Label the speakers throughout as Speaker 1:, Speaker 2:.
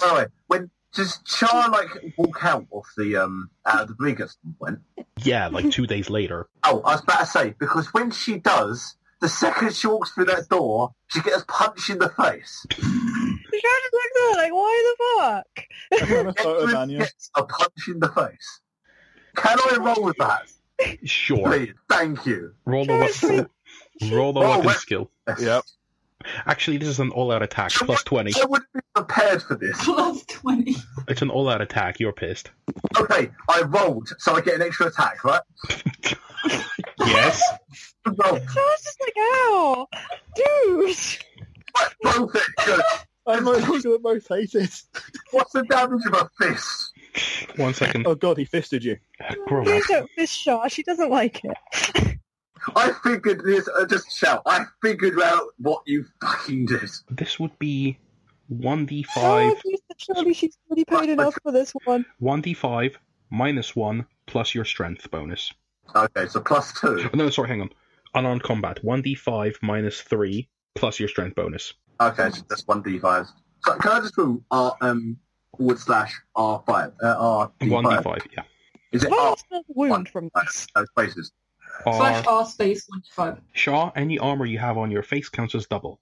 Speaker 1: By the way, when does Char like walk out of the um out of the ring at some point?
Speaker 2: Yeah, like two days later.
Speaker 1: Oh, I was about to say because when she does, the second she walks through that door, she gets punched in the face.
Speaker 3: She's just like that, like, why the fuck?
Speaker 4: a photo
Speaker 1: Everyone
Speaker 4: manual.
Speaker 1: gets a punch in the face. Can I roll with that?
Speaker 2: Sure.
Speaker 1: Please, thank you.
Speaker 2: Roll the weapon. Roll the
Speaker 1: Oh,
Speaker 2: weapon
Speaker 1: wait.
Speaker 2: skill.
Speaker 4: Yep.
Speaker 2: Actually, this is an all-out attack plus twenty.
Speaker 1: I wouldn't be prepared for this.
Speaker 5: Plus 20.
Speaker 2: It's an all-out attack. You're pissed.
Speaker 1: Okay, I rolled, so I get an extra attack, right?
Speaker 2: Yes.
Speaker 1: Roll,
Speaker 3: So I was just like, ow,
Speaker 2: Oh
Speaker 3: dude.
Speaker 1: right, roll it, good.
Speaker 4: I'm like, look at both hated.
Speaker 1: What's the damage of a fist?
Speaker 2: One second. Uh,
Speaker 4: Oh god, he fisted you.
Speaker 2: Grow up.
Speaker 3: Please don't fist shot. She doesn't like it.
Speaker 1: I figured this, uh, just shout, I figured out what you fucking did.
Speaker 2: This would be one d
Speaker 3: Oh,
Speaker 2: five,
Speaker 3: you said surely she's already paid enough for this one.
Speaker 2: one d five minus one plus your strength bonus.
Speaker 1: Okay, so plus two.
Speaker 2: Oh, no, sorry, hang on. Unarmed combat. One d five minus three plus your strength bonus.
Speaker 1: Okay, so that's one d5. So can I just roll R, um, forward slash R5? Uh, R,
Speaker 2: One d
Speaker 1: D5.
Speaker 2: five. Yeah.
Speaker 1: Is it
Speaker 3: Well,
Speaker 1: R? Oh,
Speaker 3: it's not a wound from this.
Speaker 1: Those places.
Speaker 2: Are
Speaker 5: Slash R space 25.
Speaker 2: Shaw, any armor you have on your face counts as double.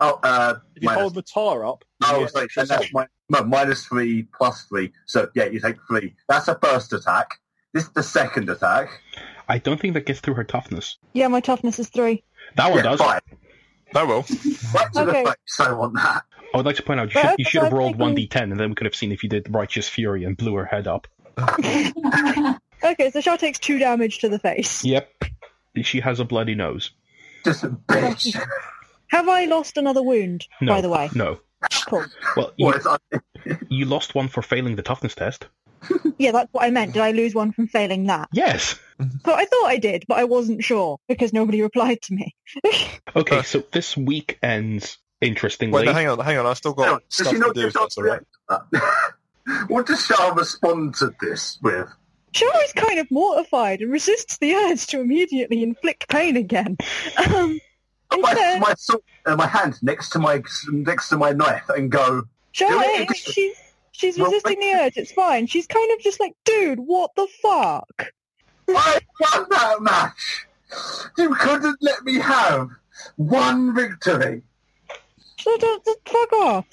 Speaker 1: Oh, uh,
Speaker 4: If you
Speaker 1: minus-
Speaker 4: hold the tar up, you
Speaker 1: Oh,
Speaker 4: get
Speaker 1: sorry,
Speaker 4: extra
Speaker 1: and that's
Speaker 4: save.
Speaker 1: my, no, minus three, plus three. So yeah, you take three. That's a first attack. This is the second attack.
Speaker 2: I don't think that gets through her toughness.
Speaker 3: Yeah, my toughness is three.
Speaker 2: That one
Speaker 1: yeah,
Speaker 2: Oh, does.
Speaker 1: fine.
Speaker 6: That will.
Speaker 1: Right to
Speaker 3: Okay.
Speaker 1: the face. I want that.
Speaker 2: I would like to point out you
Speaker 3: But
Speaker 2: should,
Speaker 3: I
Speaker 2: you should have
Speaker 3: thought
Speaker 2: rolled
Speaker 3: I
Speaker 2: one
Speaker 3: think-
Speaker 2: d ten, and then we could have seen if you did righteous fury and blew her head up.
Speaker 3: Okay, so Shaw takes two damage to the face.
Speaker 2: Yep. She has a bloody nose.
Speaker 1: Just a bitch.
Speaker 3: Have I lost another wound,
Speaker 2: No.
Speaker 3: by the way?
Speaker 2: No.
Speaker 3: Cool.
Speaker 2: Well, you,
Speaker 1: What is that?
Speaker 2: you lost one for failing the toughness test.
Speaker 3: Yeah, that's what I meant. Did I lose one from failing that?
Speaker 2: Yes.
Speaker 3: But I thought I did, but I wasn't sure because nobody replied to me.
Speaker 2: Okay,
Speaker 6: Uh,
Speaker 2: so this week ends interestingly.
Speaker 6: Wait, no, hang on, hang on. I still got
Speaker 1: Hang on, Does
Speaker 6: stuff
Speaker 1: she
Speaker 6: to
Speaker 1: not
Speaker 6: do. If
Speaker 1: get
Speaker 6: that's all right.
Speaker 1: What does Shah respond to this with?
Speaker 3: Shaw is kind of mortified and resists the urge to immediately inflict pain again. Um,
Speaker 1: My,
Speaker 3: instead,
Speaker 1: Oh my, sword, uh, my hand next to my next to my knife and go.
Speaker 3: Shaw,
Speaker 1: Do
Speaker 3: eh,
Speaker 1: it.
Speaker 3: she's, she's
Speaker 1: Well,
Speaker 3: resisting the urge. It's fine. She's kind of just like, dude, what the fuck?
Speaker 1: I won that match. You couldn't let me have one victory.
Speaker 3: Shut up, just fuck off.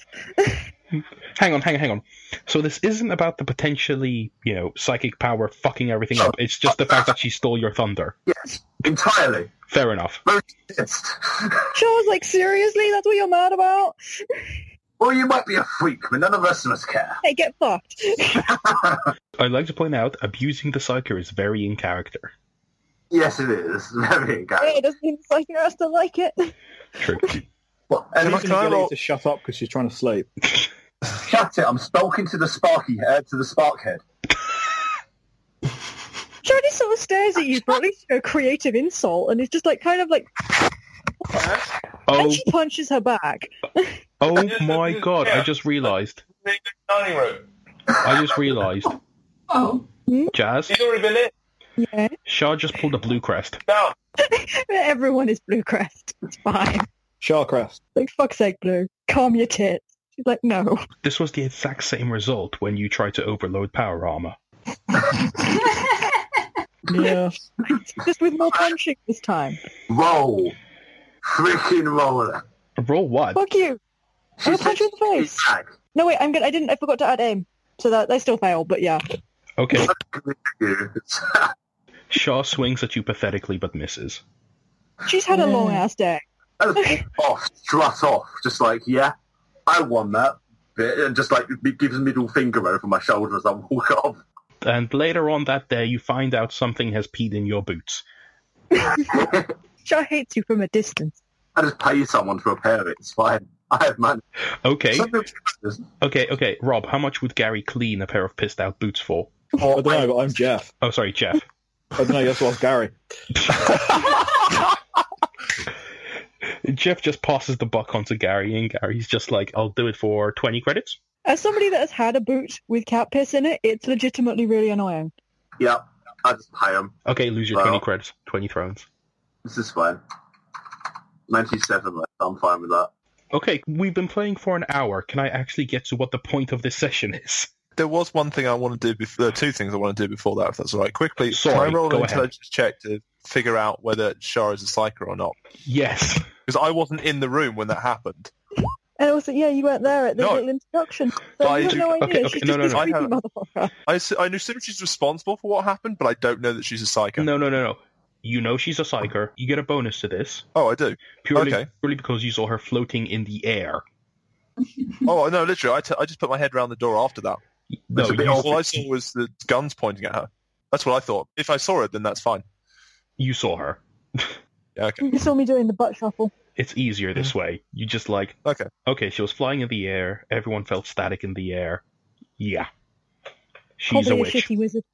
Speaker 2: Hang on, hang on, hang on. So this isn't about the potentially, you know, psychic power fucking everything up. It's just the fact that she stole your thunder.
Speaker 1: Yes, entirely.
Speaker 2: Fair enough.
Speaker 1: Yes.
Speaker 3: Shaw's like, seriously? That's what you're mad about?
Speaker 1: Well, you might be a freak, but none of us of us care.
Speaker 3: Hey, get fucked.
Speaker 2: I'd like to point out abusing the psyker is very in character.
Speaker 1: Yes, it is. Very
Speaker 3: Hey,
Speaker 1: good.
Speaker 3: it doesn't mean the psychic has to like it.
Speaker 2: True.
Speaker 1: Well, and
Speaker 6: Can I-
Speaker 4: Using
Speaker 6: can I
Speaker 4: Gilly
Speaker 6: roll-
Speaker 4: to shut up because she's trying to sleep.
Speaker 1: shut it. I'm stalking to the Sparky head, to the Spark head.
Speaker 3: Shaw just sort of stares at you for at least you know, creative insult and is just like, kind of like, and
Speaker 2: Oh,
Speaker 3: she punches her back.
Speaker 2: oh my god! I just realised.
Speaker 7: dining room.
Speaker 2: I just realised.
Speaker 5: Oh.
Speaker 2: Jazz,
Speaker 7: He's already been in.
Speaker 3: Yeah.
Speaker 2: Shah just pulled a blue crest.
Speaker 7: Down.
Speaker 3: Everyone is Blue Crest. It's fine.
Speaker 4: Sharkrest.
Speaker 3: Like, fuck's sake, Blue. Calm your tits. She's like, no.
Speaker 2: This was the exact same result when you tried to overload power armor.
Speaker 4: Yeah.
Speaker 3: Just with more punching this time.
Speaker 1: Roll. Freaking roll it.
Speaker 2: Roll what?
Speaker 3: Fuck you. I'm
Speaker 1: She
Speaker 3: gonna punch you in the face.
Speaker 1: said,
Speaker 3: No, wait, I'm good. I didn't. I forgot to add aim. So that I still failed, but yeah.
Speaker 2: Okay.
Speaker 1: you.
Speaker 2: Shaw swings at you pathetically but misses.
Speaker 3: She's had a long ass day.
Speaker 1: And Oh, off, strut off, just like, yeah, I won that. bit, And just like b- gives a middle finger over my shoulder as I walk off.
Speaker 2: And later on that day, you find out something has peed in your boots.
Speaker 3: Shaw hates you from a distance.
Speaker 1: I just pay someone to repair it. It's fine. I have money.
Speaker 2: Okay,
Speaker 1: Something-
Speaker 2: okay, okay. Rob, how much would Gary clean a pair of pissed out boots for?
Speaker 4: I don't know, but I'm Jeff.
Speaker 2: Oh, sorry, Jeff.
Speaker 4: I don't know, that's what I was Gary.
Speaker 2: Jeff just passes the buck on to Gary, and Gary's just like, I'll do it for 20 credits.
Speaker 3: As somebody that has had a boot with cat piss in it, it's legitimately really annoying.
Speaker 1: Yeah, I just pay them.
Speaker 2: Okay, lose your
Speaker 1: Well.
Speaker 2: 20 credits, 20 thrones.
Speaker 1: This is fine. 97 left. I'm fine with that.
Speaker 2: Okay, we've been playing for an hour. Can I actually get to what the point of this session is?
Speaker 6: There was one thing I want to do before. Two things I want to do before that, if that's all right. Quickly,
Speaker 2: Sorry,
Speaker 6: can I roll
Speaker 2: go
Speaker 6: an
Speaker 2: ahead.
Speaker 6: intelligence check to figure out whether Shara is a psyker or not?
Speaker 2: Yes.
Speaker 6: Because I wasn't in the room when that happened.
Speaker 3: And also, yeah, you weren't there at the
Speaker 6: No.
Speaker 3: little introduction. So
Speaker 6: But I
Speaker 3: you have
Speaker 6: do-
Speaker 3: no idea.
Speaker 2: okay, okay,
Speaker 3: She's
Speaker 2: no,
Speaker 3: just
Speaker 2: no,
Speaker 3: this
Speaker 2: no,
Speaker 6: I
Speaker 3: creepy
Speaker 6: have-
Speaker 3: motherfucker.
Speaker 6: I, assu- I assume she's responsible for what happened, but I don't know that she's a psyker.
Speaker 2: No, no, no, no. You know she's a psyker. You get a bonus to this
Speaker 6: Oh, I do.
Speaker 2: purely,
Speaker 6: Okay.
Speaker 2: purely because you saw her floating in the air.
Speaker 6: Oh no, literally, I, t- I just put my head round the door after that.
Speaker 2: No,
Speaker 1: a bit
Speaker 2: you,
Speaker 1: old.
Speaker 6: All I saw was the guns pointing at her. That's what I thought. If I saw it, then that's fine.
Speaker 2: you saw her.
Speaker 6: Yeah, okay.
Speaker 3: You saw me doing the butt shuffle.
Speaker 2: It's easier this way. You just like
Speaker 6: Mm-hmm. Okay.
Speaker 2: Okay, she was flying in the air. Everyone felt static in the air. Yeah, she's
Speaker 3: Probably
Speaker 2: a
Speaker 3: a,
Speaker 2: witch.
Speaker 3: shitty wizard.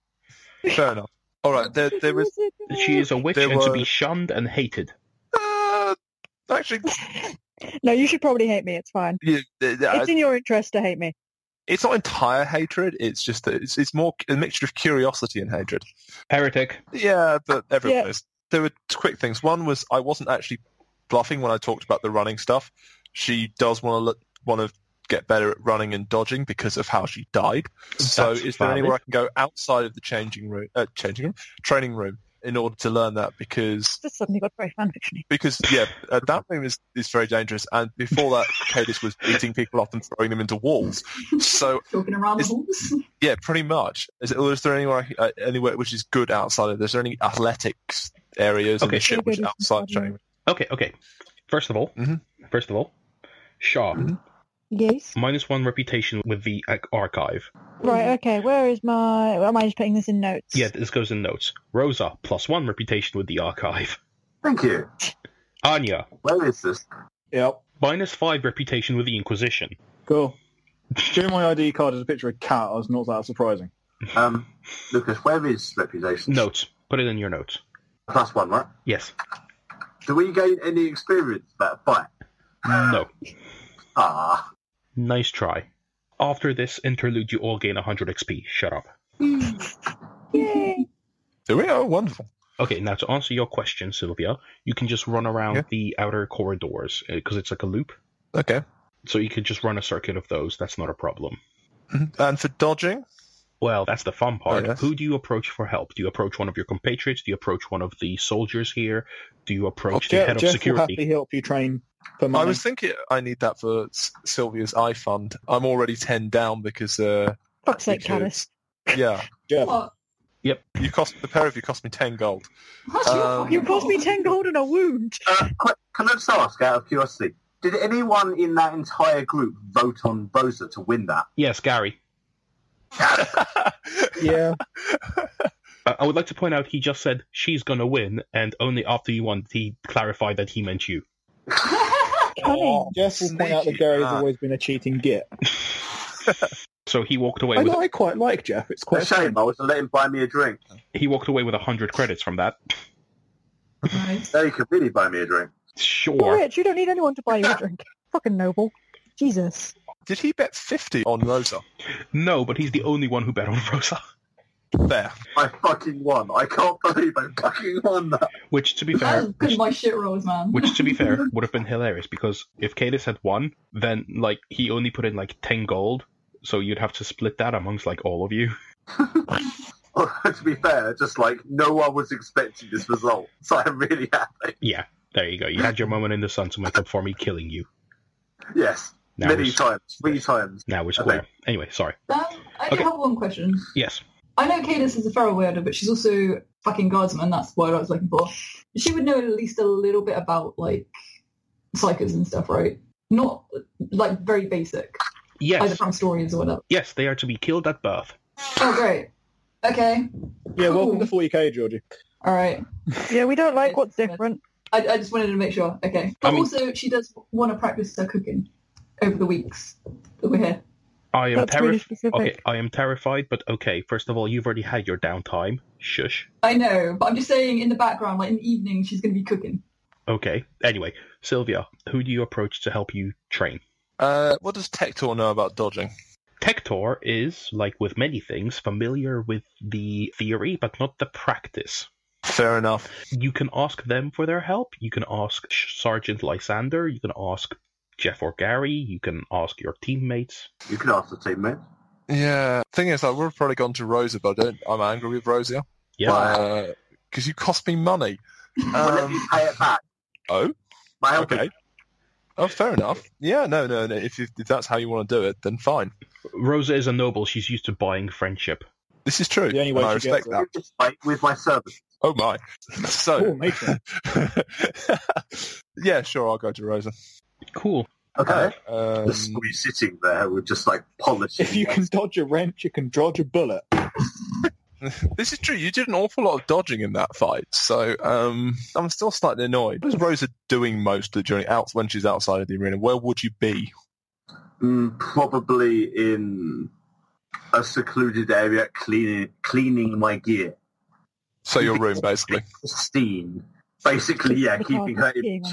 Speaker 6: Fair enough. All right, there, there was
Speaker 3: Wizard,
Speaker 2: She is a witch
Speaker 6: There
Speaker 2: and to be
Speaker 6: was-
Speaker 2: shunned and hated.
Speaker 6: uh, actually
Speaker 3: No, you should probably hate me. It's fine.
Speaker 6: yeah, th- th-
Speaker 3: it's in your interest to hate me.
Speaker 6: it's not entire hatred. It's just that it's, it's more a mixture of curiosity and hatred.
Speaker 2: Heretic.
Speaker 6: Yeah, but everyone
Speaker 3: Yeah.
Speaker 6: knows. There were two quick things. One was I wasn't actually bluffing when I talked about the running stuff. She does want to look, want to get better at running and dodging because of how she died. So
Speaker 2: That's
Speaker 6: is there
Speaker 2: valid.
Speaker 6: anywhere I can go outside of the changing room, uh, changing room, training room in order to learn that? Because
Speaker 3: Just suddenly got very fanfictiony.
Speaker 6: because yeah, uh, that room is, is very dangerous. And before that, Cadis was beating people up and throwing them into walls. So
Speaker 5: Talking around
Speaker 6: It's-
Speaker 5: the halls.
Speaker 6: yeah, pretty much. Is, it, or is there anywhere I can- uh, anywhere which is good outside of? Is there any athletics areas
Speaker 2: Okay.
Speaker 6: and shit which
Speaker 3: Good
Speaker 6: are
Speaker 3: is
Speaker 6: outside
Speaker 3: good.
Speaker 6: training? room?
Speaker 2: Okay, okay. First of all,
Speaker 6: Mhm.
Speaker 2: first of all, Shaw
Speaker 6: Mhm.
Speaker 3: Yes.
Speaker 2: minus one reputation with the ac- archive.
Speaker 3: Right. Okay. Where is my? Am I just putting this in notes?
Speaker 2: Yeah, this goes in notes. Rosa plus one reputation with the archive.
Speaker 1: Thank you.
Speaker 2: Anya
Speaker 1: Where is this?
Speaker 4: Yep.
Speaker 2: minus five reputation with the Inquisition.
Speaker 4: Cool. During my ID card is a picture of a cat. I was not that surprising.
Speaker 1: Um, Lucas, where is reputation?
Speaker 2: Notes. Put it in your notes.
Speaker 1: Plus one, right?
Speaker 2: Yes.
Speaker 1: Do we gain any experience that fight?
Speaker 2: No.
Speaker 1: Ah.
Speaker 2: Nice try. After this interlude, you all gain 100 XP. Shut up.
Speaker 3: Yay.
Speaker 6: There we are. Wonderful.
Speaker 2: Okay, now to answer your question, Sylvia, you can just run around
Speaker 6: Yeah.
Speaker 2: the outer corridors because it's like a loop.
Speaker 6: Okay.
Speaker 2: So you could just run a circuit of those. That's not a problem.
Speaker 6: Mhm. And for dodging,
Speaker 2: Well, that's the fun part.
Speaker 6: yes.
Speaker 2: Who do you approach for help? Do you approach one of your compatriots? Do you approach one of the soldiers here? Do you approach the
Speaker 4: Jeff,
Speaker 2: head of
Speaker 4: Jeff will
Speaker 2: security?
Speaker 4: happily help you train for
Speaker 6: I
Speaker 4: money.
Speaker 6: was thinking I need that for S- Sylvia's eye fund. I'm already ten down because uh,
Speaker 3: Fuck's sake,
Speaker 6: because-
Speaker 3: Canis.
Speaker 6: yeah,
Speaker 4: Jeff,
Speaker 5: What?
Speaker 6: you cost the pair of you cost me ten gold.
Speaker 5: How's your
Speaker 6: Um,
Speaker 5: fucking
Speaker 3: Uh, You cost me ten gold and a wound.
Speaker 1: Uh, qu- can I just ask, out of curiosity, did anyone in that entire group vote on Boza to win that?
Speaker 2: Yes, Gary. I
Speaker 4: yeah.
Speaker 2: Uh, I would like to point out he just said she's gonna win, and only after you won did he clarify that he meant you.
Speaker 3: Cunning.
Speaker 5: Oh,
Speaker 4: Jeff will point out that Gary's
Speaker 6: Ah.
Speaker 4: always been a cheating git.
Speaker 2: So he walked
Speaker 6: Ah.
Speaker 2: away
Speaker 4: I,
Speaker 2: with
Speaker 4: I quite like Jeff. It's
Speaker 1: What
Speaker 4: quite
Speaker 1: a shame. I was to let him buy me a drink.
Speaker 2: he walked away with hundred credits from that.
Speaker 5: Nice.
Speaker 1: Now he could really buy me a drink.
Speaker 3: You're
Speaker 2: Sure.
Speaker 3: rich. You don't need anyone to buy you a drink. Fucking noble. Jesus.
Speaker 6: Uh, Did he bet fifty on Rosa?
Speaker 2: No, but he's the only one who bet on Rosa.
Speaker 6: There.
Speaker 1: I fucking won. I can't believe I fucking won that.
Speaker 2: Which, to be
Speaker 5: That
Speaker 3: Oh,
Speaker 2: fair,
Speaker 5: is good my shit rolls, man. Um,
Speaker 2: which to be fair would have been hilarious because if Cadis had won, then like he only put in like ten gold, so you'd have to split that amongst like all of you.
Speaker 1: to be fair, just like no one was expecting this result, so I'm really happy.
Speaker 2: Yeah, there you go. You had your moment in the sun to make up for me killing you.
Speaker 1: Yes,
Speaker 2: Now
Speaker 1: many
Speaker 2: we're, s-
Speaker 1: times, three times.
Speaker 2: now we're
Speaker 1: Okay.
Speaker 2: square. Anyway, sorry.
Speaker 5: Um, I do
Speaker 2: Okay.
Speaker 5: have one question.
Speaker 2: Yes.
Speaker 5: I know Cadence is a feral weirdo, but she's also fucking guardsman. That's what I was looking for. She would know at least a little bit about like psychos and stuff, right? Not like very basic, either
Speaker 2: Yes.
Speaker 5: from stories or whatever.
Speaker 2: Yes, they are to be killed at birth.
Speaker 5: Oh, great. Okay.
Speaker 4: Yeah, welcome
Speaker 5: Cool.
Speaker 4: to 40k, Georgie.
Speaker 5: All right.
Speaker 3: Yeah, we don't like
Speaker 5: Yes,
Speaker 3: what's
Speaker 5: yes.
Speaker 3: different.
Speaker 5: I, I just wanted to make sure. Okay. But
Speaker 2: I mean-
Speaker 5: also, she does want to practice her cooking over the weeks that we're here.
Speaker 2: I am
Speaker 3: That's really
Speaker 2: terrified.
Speaker 3: specific.
Speaker 2: Okay, I am terrified, but okay. First of all, you've already had your downtime. Shush.
Speaker 5: I know, but I'm just saying in the background, like in the evening, she's going to be cooking.
Speaker 2: Okay. Anyway, Sylvia, who do you approach to help you train?
Speaker 6: Uh, what does Tector know about dodging?
Speaker 2: Tector is, like with many things, familiar with the theory, but not the practice.
Speaker 6: Fair enough.
Speaker 2: You can ask them for their help. You can ask Sh- Sergeant Lysander. You can ask Jeff or Gary. You can ask your teammates.
Speaker 1: You can ask the teammate.
Speaker 6: Yeah. Thing is, I would have probably gone to Rosa, but I don't. I'm angry with Rosa
Speaker 2: Yeah.
Speaker 6: because you cost me money.
Speaker 1: Well, let me
Speaker 6: Um,
Speaker 1: pay it back.
Speaker 6: oh,
Speaker 1: My help
Speaker 6: okay. Oh, fair enough. Yeah, no, no, no. If, you, if that's how you want to do it, then fine.
Speaker 2: Rosa is a noble. She's used to buying friendship.
Speaker 6: This is true.
Speaker 4: The only way
Speaker 6: and I
Speaker 4: she
Speaker 6: respect
Speaker 4: gets it.
Speaker 6: that.
Speaker 1: is just like with my service.
Speaker 6: Oh my.
Speaker 4: Oh,
Speaker 6: So,
Speaker 4: matron.
Speaker 6: yeah, sure, I'll go to Rosa.
Speaker 2: Cool.
Speaker 1: Okay.
Speaker 6: Um,
Speaker 1: Just we sitting there with just like polishing.
Speaker 4: If you can dodge a wrench, you can dodge a bullet.
Speaker 6: this is true. You did an awful lot of dodging in that fight, so um, I'm still slightly annoyed. What is Rosa doing mostly during out when she's outside of the arena? Where would you be?
Speaker 1: Mm, probably in a secluded area, cleaning cleaning my gear.
Speaker 6: So your room, basically.
Speaker 1: Christine. Basically, yeah, keeping her.
Speaker 3: Being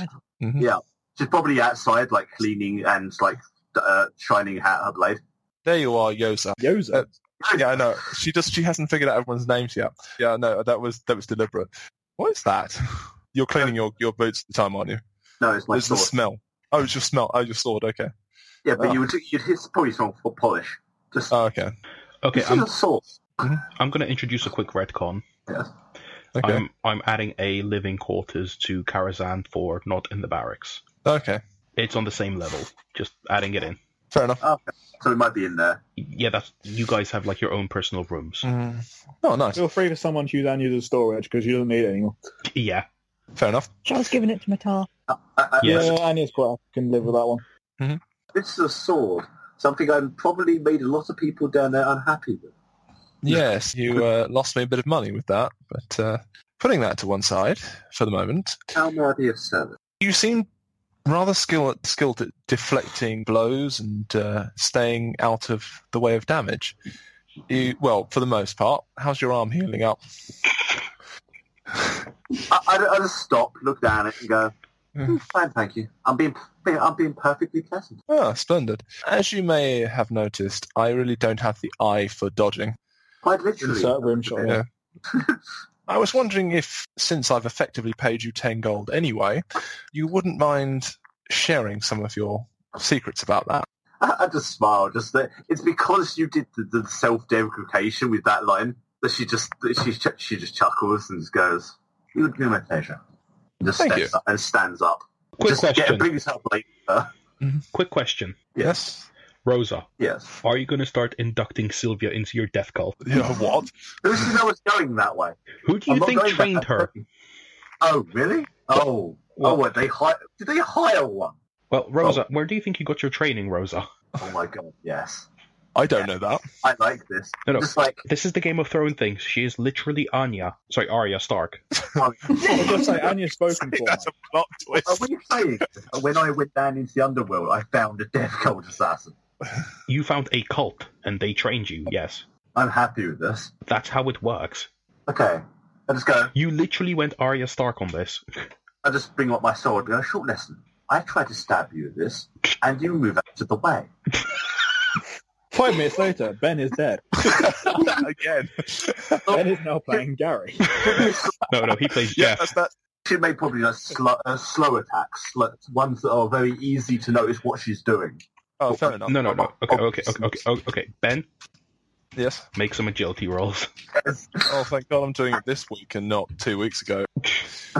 Speaker 3: on a
Speaker 1: She's probably outside, like cleaning and like uh, shining out her blade.
Speaker 6: There you are, Yosa.
Speaker 4: Yoza.
Speaker 6: Uh, Yeah, I know. She just she hasn't figured out everyone's names yet. Yeah, no, that was that was deliberate. What is that? You're cleaning your, your boots at the time, aren't you?
Speaker 1: No, it's my
Speaker 6: It's the
Speaker 1: sword.
Speaker 6: smell. Oh, it's your smell. Oh, your sword. Okay.
Speaker 1: yeah, but
Speaker 6: Oh.
Speaker 1: you would you'd hit probably some for polish. Just
Speaker 6: Oh, okay.
Speaker 2: Okay,
Speaker 1: this is
Speaker 2: I'm
Speaker 1: a sword.
Speaker 2: I'm going to introduce a quick retcon.
Speaker 6: Okay.
Speaker 2: I'm I'm adding a living quarters to Karazhan for not in the barracks.
Speaker 6: okay.
Speaker 2: It's on the same level. Just adding it in.
Speaker 6: Fair enough.
Speaker 1: so it might be in there.
Speaker 2: Yeah, that's you guys have like your own personal rooms.
Speaker 6: Oh, nice.
Speaker 4: Feel free for someone to use Anya's as storage because she doesn't need it anymore.
Speaker 2: Yeah.
Speaker 6: Fair enough.
Speaker 3: Charles giving it to Matar.
Speaker 1: I, I,
Speaker 2: Yes.
Speaker 4: Yeah, Anya's quite. I can live with that one.
Speaker 1: uh, This is a sword. Something I've probably made a lot of people down there unhappy with.
Speaker 6: Yes, you uh, lost me a bit of money with that, but uh, putting that to one side for the moment,
Speaker 1: How worthy of service.
Speaker 6: you seem rather skilled skilled at deflecting blows and uh, staying out of the way of damage. You, well, for the most part, how's your arm healing up?
Speaker 1: I, I, I just stop, look down at it, and go, "Hmm, "Fine, thank you. I'm being, I'm being perfectly pleasant."
Speaker 6: Ah, splendid. As you may have noticed, I really don't have the eye for dodging.
Speaker 1: Quite literally.
Speaker 4: Insert rim shot.
Speaker 6: Yeah. I was wondering if, since I've effectively paid you 10 gold anyway, you wouldn't mind sharing some of your secrets about that.
Speaker 1: I, I just smile. Just that it's because you did the, the self-deprecation with that line that she just that she ch- she just chuckles and just goes, "It would be my pleasure." And just
Speaker 6: Thank
Speaker 1: steps
Speaker 6: you.
Speaker 1: up and stands up.
Speaker 2: Quick
Speaker 1: just
Speaker 2: question.
Speaker 1: Get, brings up like,
Speaker 2: Quick question.
Speaker 6: Yes.
Speaker 2: Rosa,
Speaker 1: yes.
Speaker 2: are you going to start inducting Sylvia into your death cult?
Speaker 6: Yeah, what?
Speaker 1: Who did I was going that way?
Speaker 2: Who do
Speaker 1: I'm
Speaker 2: you
Speaker 1: not
Speaker 2: think
Speaker 1: going that
Speaker 2: trained her?
Speaker 1: way. Oh really? Oh. Oh, what, they hire? Did they hire one?
Speaker 6: Oh.
Speaker 2: Well, Rosa, where do you think you got your training, Rosa?
Speaker 1: Oh my god, yes.
Speaker 6: I don't know that.
Speaker 1: I like this.
Speaker 2: No, no.
Speaker 1: Just like,
Speaker 2: This is the Game of Thrones thing. She is literally Anya. Sorry, Arya Stark.
Speaker 4: I was going to say Anya's spoken for.
Speaker 6: That's a plot
Speaker 1: Oh, are
Speaker 6: twist.
Speaker 1: we saying that when I went down into the underworld, I found a death cult assassin?
Speaker 2: You found a cult and they trained you. Yes.
Speaker 1: I'm happy with this.
Speaker 2: That's how it works.
Speaker 1: Okay. I just go,
Speaker 2: You literally went Arya Stark on this.
Speaker 1: I just bring up my sword and go, short lesson. I tried to stab you with this, and you move out of the way.
Speaker 4: Five minutes later, Ben is dead.
Speaker 6: Again.
Speaker 4: Ben is now playing Gary.
Speaker 2: No, no, he plays
Speaker 6: Yeah,
Speaker 2: Jeff.
Speaker 6: that's that.
Speaker 1: She made probably a, sl- a slow attack, sl- ones that are very easy to notice what she's doing.
Speaker 6: Oh, fair enough.
Speaker 2: No, no, no. Okay, okay, okay, okay, okay, okay. Ben,
Speaker 6: Yes.
Speaker 2: make some agility rolls.
Speaker 6: Oh, thank God I'm doing it this week and not two weeks ago.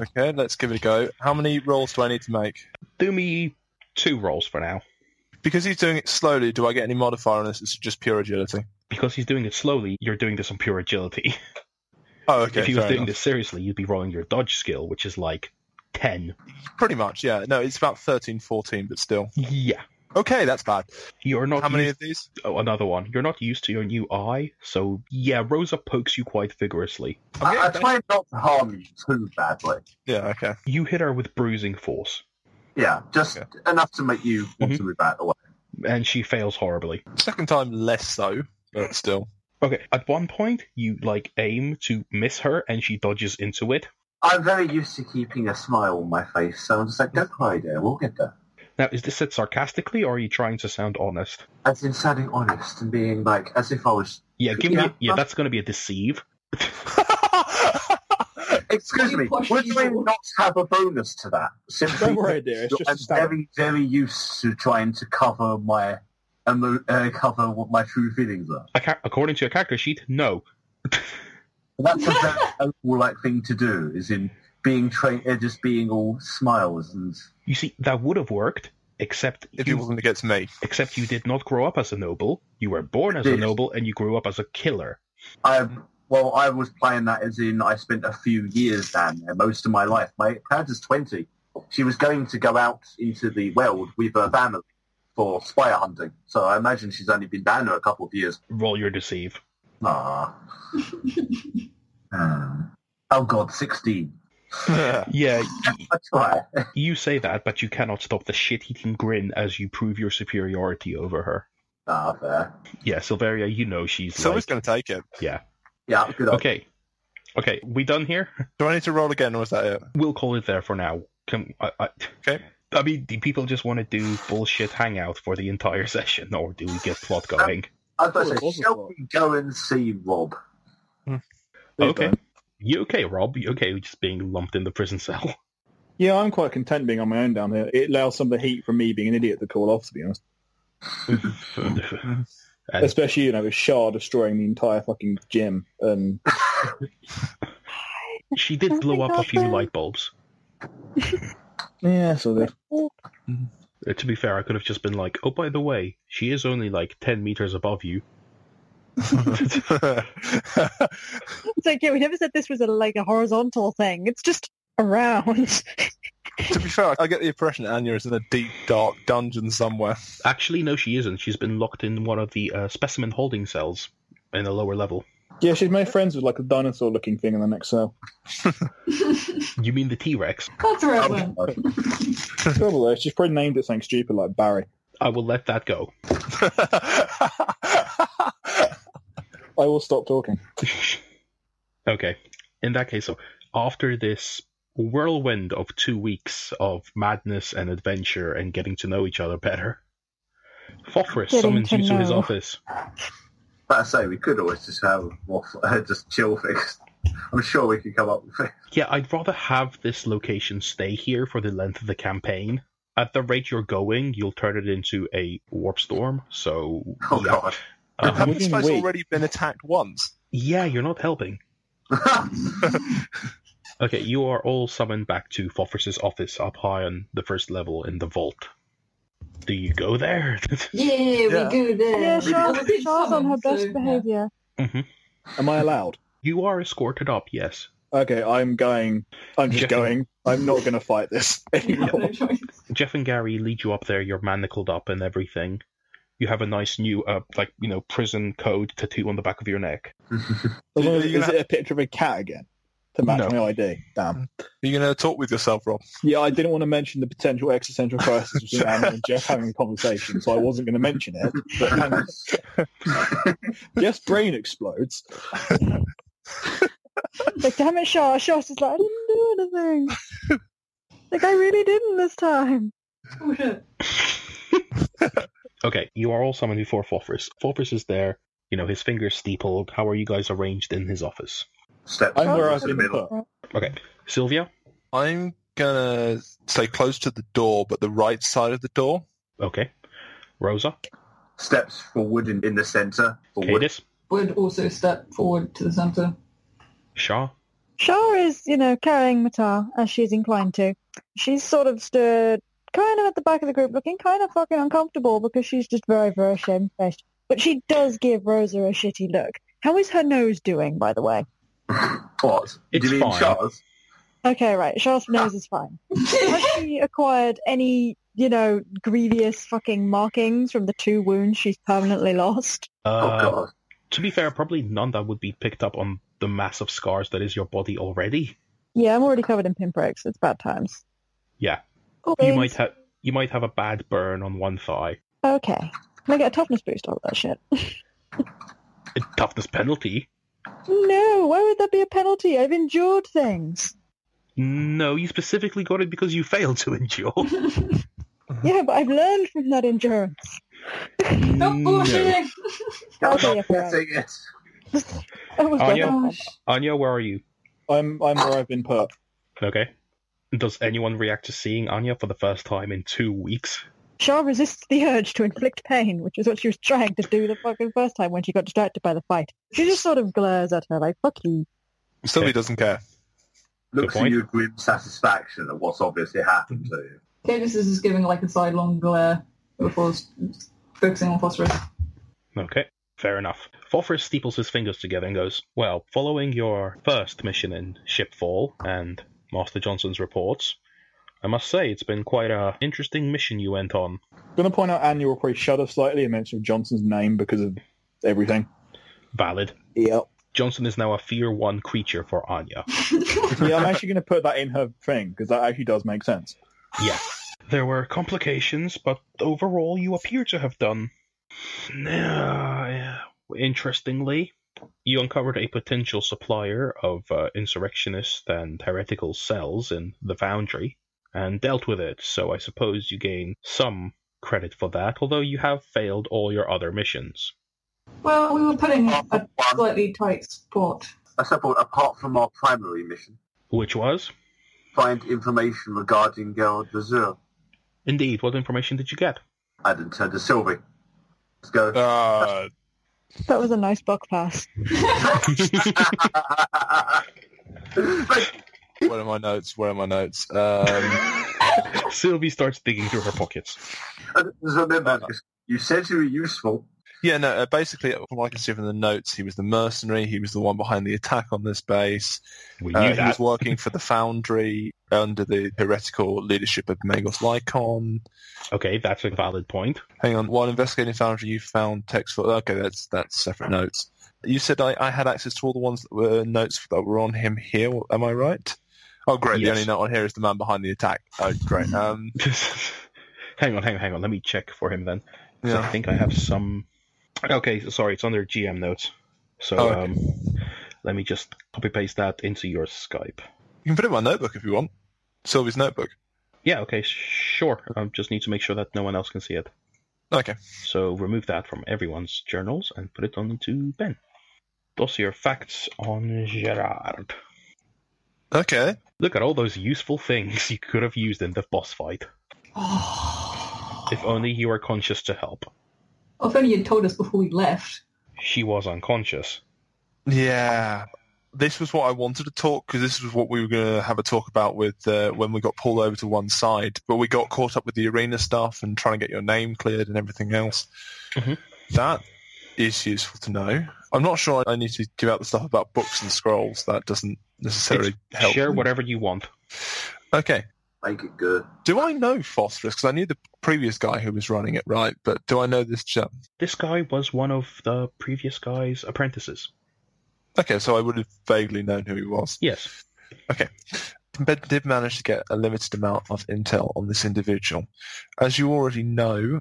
Speaker 6: Okay, let's give it a go. How many rolls do I need to make?
Speaker 2: Do me two rolls for now.
Speaker 6: Because he's doing it slowly, do I get any modifier on this? It's just pure agility.
Speaker 2: Because he's doing it slowly, you're doing this on pure agility.
Speaker 6: Oh, okay.
Speaker 2: if he was
Speaker 6: fair
Speaker 2: doing
Speaker 6: enough.
Speaker 2: this seriously, you'd be rolling your dodge skill, which is like 10.
Speaker 6: Pretty much, yeah. No, it's about 13, 14, but still.
Speaker 2: Yeah.
Speaker 6: Okay, that's bad.
Speaker 2: You're not
Speaker 6: How many
Speaker 2: used-
Speaker 6: of these?
Speaker 2: oh, another one. You're not used to your new eye, so yeah, Rosa pokes you quite vigorously.
Speaker 6: I'm
Speaker 1: I, I
Speaker 6: getting-
Speaker 1: tried not to harm you too badly.
Speaker 6: Yeah, okay.
Speaker 2: You hit her with bruising force,
Speaker 1: Yeah, just
Speaker 6: Okay.
Speaker 1: enough to make you want to move out of the way.
Speaker 2: and she fails horribly.
Speaker 6: Second time, less so, but still.
Speaker 2: Okay, at one point, you like aim to miss her, and she dodges into it.
Speaker 1: I'm very used to keeping a smile on my face, so I'm just like, don't cry there, we'll get there.
Speaker 2: Now, is this said sarcastically, or are you trying to sound honest?
Speaker 1: As in sounding honest and being like, as if I was
Speaker 2: Yeah, give me.
Speaker 1: Yeah.
Speaker 2: Yeah, that's going to be a deceive.
Speaker 1: Excuse
Speaker 5: You
Speaker 1: me,
Speaker 5: push
Speaker 1: would we
Speaker 5: people.
Speaker 1: not have a bonus to that? Simply
Speaker 4: Don't worry, dear. It's just a
Speaker 1: I'm
Speaker 4: stab.
Speaker 1: very, very used to trying to cover my emo- uh, cover what my true feelings are.
Speaker 2: Ac- According to your character sheet, no.
Speaker 1: That's a very overall-like thing to do, is in being trained, uh, just being all smiles and
Speaker 2: You see, that would have worked, except
Speaker 6: If
Speaker 2: you,
Speaker 6: it wasn't against me,
Speaker 2: except you did not grow up as a noble. You were born as a
Speaker 1: Yes.
Speaker 2: noble, and you grew up as a killer.
Speaker 1: I. Well, I was playing that as in I spent a few years down there, most of my life. My character's twenty. She was going to go out into the world with her family for spire hunting, so I imagine she's only been down there a couple of years.
Speaker 2: Roll your deceive.
Speaker 1: Ah. Um, oh god, sixteen.
Speaker 2: Yeah,
Speaker 1: That's right.
Speaker 2: you say that, but you cannot stop the shit-eating grin as you prove your superiority over her.
Speaker 1: Ah, fair.
Speaker 2: Yeah, Silveria, you know she's
Speaker 6: someone's
Speaker 2: like,
Speaker 6: going to take it.
Speaker 1: Yeah, good. Okay.
Speaker 2: okay, okay, we done here.
Speaker 6: Do I need to roll again, or is that it?
Speaker 2: We'll call it there for now. Can I, I,
Speaker 6: Okay.
Speaker 2: I mean, do people just want to do bullshit hangout for the entire session, or do we get plot going?
Speaker 1: I was about
Speaker 4: Oh, it
Speaker 1: to
Speaker 4: was
Speaker 1: say,
Speaker 4: a
Speaker 1: shall
Speaker 4: thought.
Speaker 1: we go and see Rob?
Speaker 4: Please
Speaker 2: okay.
Speaker 4: don't.
Speaker 2: You okay, Rob? You okay with just being lumped in the prison cell?
Speaker 4: Yeah, I'm quite content being on my own down here. It allows some of the heat from me being an idiot to call off, to be honest.
Speaker 2: And-
Speaker 4: Especially, you know, with Shah destroying the entire fucking gym and
Speaker 2: she did
Speaker 3: Oh
Speaker 2: blow
Speaker 3: my
Speaker 2: up a
Speaker 3: God,
Speaker 2: few
Speaker 3: no.
Speaker 2: light bulbs.
Speaker 4: yeah, so there.
Speaker 2: Uh, To be fair, I could have just been like, oh, by the way, she is only like 10 meters above you.
Speaker 3: It's like, yeah, we never said this was a, like a horizontal thing. It's just around.
Speaker 6: to be fair, I get the impression Anya is in a deep, dark dungeon somewhere.
Speaker 2: Actually, no, she isn't. She's been locked in one of the uh, specimen holding cells in a lower level.
Speaker 4: Yeah, she's made friends with like a dinosaur looking thing in the next cell.
Speaker 5: That's
Speaker 2: You mean the T Rex?
Speaker 5: where it
Speaker 1: Oh,
Speaker 5: went.
Speaker 1: God.
Speaker 4: Probably. She's probably named it something stupid like Barry.
Speaker 2: I will let that go.
Speaker 4: I will stop talking.
Speaker 2: okay. In that case, so after this whirlwind of two weeks of madness and adventure and getting to know each other better, Fofris
Speaker 3: Getting
Speaker 2: summons
Speaker 3: to
Speaker 2: you to his
Speaker 3: know.
Speaker 2: office.
Speaker 1: But I say we could always just have waffle, uh, just chill things. I'm sure we could come up with it.
Speaker 2: Yeah, I'd rather have this location stay here for the length of the campaign. At the rate you're going, you'll turn it into a warp storm. So,
Speaker 1: Oh
Speaker 2: yeah.
Speaker 1: god.
Speaker 2: Um,
Speaker 6: Haven't you
Speaker 4: Within
Speaker 6: supposed to
Speaker 4: weeks.
Speaker 6: already been attacked once?
Speaker 2: yeah, you're not helping. Okay, you are all summoned back to Fofris's office up high on the first level in the vault. Do you go there?
Speaker 5: Yeah,
Speaker 6: Yeah.
Speaker 5: we go
Speaker 3: yeah,
Speaker 5: there. Well,
Speaker 3: Char's,
Speaker 5: it's been
Speaker 3: Char's on her
Speaker 5: summoned,
Speaker 3: best
Speaker 5: so, yeah.
Speaker 3: behaviour.
Speaker 4: Am I allowed?
Speaker 2: you are escorted up, yes.
Speaker 4: Okay, I'm going. I'm just
Speaker 2: Jeff-
Speaker 4: going. I'm not going to fight this
Speaker 5: You have no
Speaker 4: anymore.
Speaker 5: choice.
Speaker 2: Jeff and Gary lead you up there. You're manacled up and everything. You have a nice new, uh, like you know, prison code tattoo on the back of your neck.
Speaker 4: As long as-
Speaker 6: You're gonna-
Speaker 4: is it a picture of a cat again to match
Speaker 2: No.
Speaker 4: my ID? Damn.
Speaker 6: Are you going to talk with yourself, Rob?
Speaker 4: Yeah, I didn't want to mention the potential existential crisis between Anna and Jeff having a conversation, so I wasn't going to mention it. But Jeff's brain explodes.
Speaker 3: Like, damn it, Shaw. Shaw's just like, I didn't do anything. like, I really didn't this time.
Speaker 5: Oh, shit.
Speaker 2: Okay, you are all summoned before Fofris. Fofris is there. You know, his fingers steepled. How are you guys arranged in his office?
Speaker 1: Step
Speaker 4: I'm where
Speaker 1: into
Speaker 4: I've
Speaker 1: the
Speaker 4: been
Speaker 1: middle.
Speaker 4: put.
Speaker 2: Okay, Sylvia.
Speaker 6: I'm going to stay close to the door, but the right side of the door.
Speaker 2: Okay, Rosa.
Speaker 1: Steps forward in, in the centre. Forward.
Speaker 2: Cadis.
Speaker 5: Would also step forward to the centre.
Speaker 2: Shaw.
Speaker 3: Shaw is, you know, carrying Matar as she's inclined to. She's sort of stood kind of at the back of the group looking kind of fucking uncomfortable because she's just very, very shamefaced. But she does give Rosa a shitty look. How is her nose doing, by the way?
Speaker 1: What?
Speaker 2: It's
Speaker 1: do you mean
Speaker 2: fine.
Speaker 1: Charles?
Speaker 3: Okay, right. Shaw's nose is fine. Has she acquired any, you know, grievous fucking markings from the two wounds she's permanently lost?
Speaker 2: Uh,
Speaker 1: oh god.
Speaker 2: to be fair, probably none that would be picked up on the mass of scars that is your body already.
Speaker 3: Yeah, I'm already covered in pinpricks. It's bad times. Oh,
Speaker 2: Yeah.
Speaker 3: Cool
Speaker 2: You might
Speaker 3: beans.
Speaker 2: have you might have a bad burn on one thigh.
Speaker 3: Okay. Can I get a toughness boost out of that shit?
Speaker 2: A toughness penalty.
Speaker 3: No, why would that be a penalty? I've endured things.
Speaker 2: No, you specifically got it because you failed to endure.
Speaker 3: Yeah, but I've learned from that endurance.
Speaker 5: No
Speaker 2: Mm.
Speaker 5: bullshitting!
Speaker 1: I'm
Speaker 3: Okay,
Speaker 1: not
Speaker 3: yeah, fair
Speaker 1: getting it.
Speaker 3: I was
Speaker 2: Anya?
Speaker 3: wrong.
Speaker 5: Gosh.
Speaker 2: Anya, where are you?
Speaker 4: I'm I'm where I've been put.
Speaker 2: Okay. Does anyone react to seeing Anya for the first time in two weeks?
Speaker 3: Shah resists the urge to inflict pain, which is what she was trying to do the fucking first time when she got distracted by the fight. She just sort of glares at her like, fuck you.
Speaker 6: Sylvie doesn't care.
Speaker 1: Looks at
Speaker 2: point.
Speaker 1: you with grim satisfaction at what's obviously happened to you.
Speaker 5: Cadus is just giving like a sidelong glare before s- focusing on phosphorus.
Speaker 2: Okay, fair enough. Phosphorus steeples his fingers together and goes, Well, following your first mission in Shipfall and Master Johnson's reports, I must say it's been quite a interesting mission you went on.
Speaker 4: I'm gonna point out Anya will probably shudder slightly and mention Johnson's name because of everything.
Speaker 2: Valid.
Speaker 4: Yep.
Speaker 2: Johnson is now a Fear 1 creature for Anya.
Speaker 4: yeah, I'm actually gonna put that in her thing because that actually does make sense.
Speaker 2: Yeah. There were complications, but overall you appear to have done. Yeah, Interestingly, you uncovered a potential supplier of uh, insurrectionist and heretical cells in the Foundry and dealt with it, so I suppose you gain some credit for that, although you have failed all your other missions.
Speaker 5: Well, we were putting a slightly tight spot.
Speaker 1: I suppose apart from our primary mission,
Speaker 2: Which was?
Speaker 1: find information regarding Gerald Mazur.
Speaker 2: Indeed, what information did you get?
Speaker 1: I didn't turn to Sylvie. Let's go.
Speaker 6: Uh,
Speaker 3: That was a nice buck pass.
Speaker 1: Like,
Speaker 6: where are my notes? Where are my notes? Um,
Speaker 2: Sylvie starts digging through her pockets.
Speaker 1: just remember,
Speaker 2: Uh,
Speaker 1: you said you were useful.
Speaker 6: yeah, no. Uh, basically, from what I can see from the notes, he was the mercenary. He was the one behind the attack on this base.
Speaker 2: We knew
Speaker 6: Uh, he
Speaker 2: that.
Speaker 6: was working for the Foundry under the heretical leadership of Magos Lycon.
Speaker 2: Okay, that's a valid point.
Speaker 6: Hang on. While investigating Foundry, you found text for. Okay, that's that's separate notes. You said I, I had access to all the ones that were notes that were on him here. Am I right? Oh, great. The
Speaker 2: Yes.
Speaker 6: only note on here is the man behind the attack. Oh, great. Um,
Speaker 2: hang on, hang on, hang on. Let me check for him then. 'cause I
Speaker 6: yeah.
Speaker 2: think I have some. Okay, so sorry, it's under GM notes. So
Speaker 6: Oh, okay.
Speaker 2: um, let me just copy paste that into your Skype.
Speaker 6: You can put it in my notebook if you want. Sylvie's notebook.
Speaker 2: Yeah, okay, sure. I just need to make sure that no one else can see it.
Speaker 6: Okay.
Speaker 2: So remove that from everyone's journals and put it onto Ben. Dossier facts on Gerard.
Speaker 6: Okay.
Speaker 2: Look at all those useful things you could have used in the boss fight. If only you were conscious to help.
Speaker 5: Oh, If only you'd told us before we left.
Speaker 2: She was unconscious.
Speaker 6: Yeah. This was what I wanted to talk because this was what we were going to have a talk about with uh, when we got pulled over to one side. But we got caught up with the arena stuff and trying to get your name cleared and everything else.
Speaker 2: Mhm.
Speaker 6: That is useful to know. I'm not sure I need to give out the stuff about books and scrolls. That doesn't necessarily help.
Speaker 2: Share whatever you want.
Speaker 6: Okay.
Speaker 1: Make it good.
Speaker 6: Do I know Phosphorus? Because I knew the previous guy who was running it, right? But do I know this chap?
Speaker 2: This guy was one of the previous guy's apprentices.
Speaker 6: Okay, so I would have vaguely known who he was.
Speaker 2: Yes.
Speaker 6: Ben did manage to get a limited amount of intel on this individual. As you already know,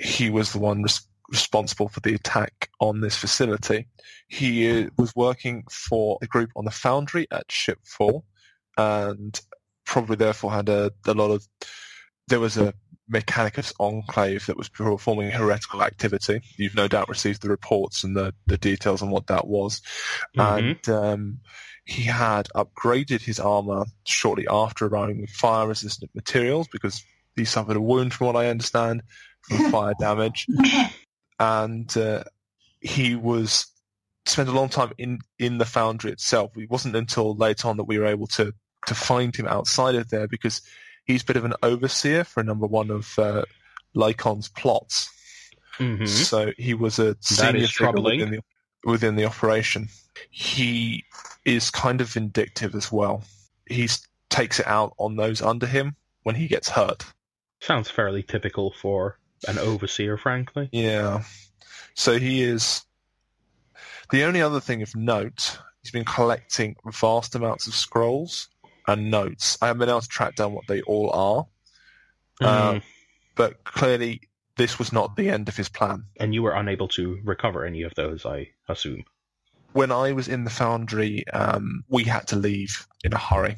Speaker 6: he was the one res- responsible for the attack on this facility. He uh, was working for a group on the foundry at Shipfall and probably therefore had a, a lot of. There was a Mechanicus enclave that was performing heretical activity. You've no doubt received the reports and the, the details on what that was
Speaker 1: Uh,
Speaker 2: Mhm.
Speaker 6: and um, he had upgraded his armor shortly after arriving with fire-resistant materials because he suffered a wound, from what I understand, from fire damage, and uh, he was spent a long time in in the foundry itself. It wasn't until late on that we were able to to find him outside of there because he's a bit of an overseer for number one of uh, Lycon's plots.
Speaker 2: Mhm.
Speaker 6: So he was a
Speaker 2: That
Speaker 6: senior
Speaker 2: is
Speaker 6: figure
Speaker 2: troubling.
Speaker 6: within the, within the operation. He is kind of vindictive as well. He s- takes it out on those under him when he gets hurt.
Speaker 2: Sounds fairly typical for an overseer, frankly.
Speaker 6: Yeah. So he is. The only other thing of note, he's been collecting vast amounts of scrolls and notes. I haven't been able to track down what they all are, Uh,
Speaker 1: Mm-hmm.
Speaker 2: Mm.
Speaker 6: but clearly this was not the end of his plan.
Speaker 2: and you were unable to recover any of those, I assume.
Speaker 6: when I was in the foundry, um, we had to leave in a hurry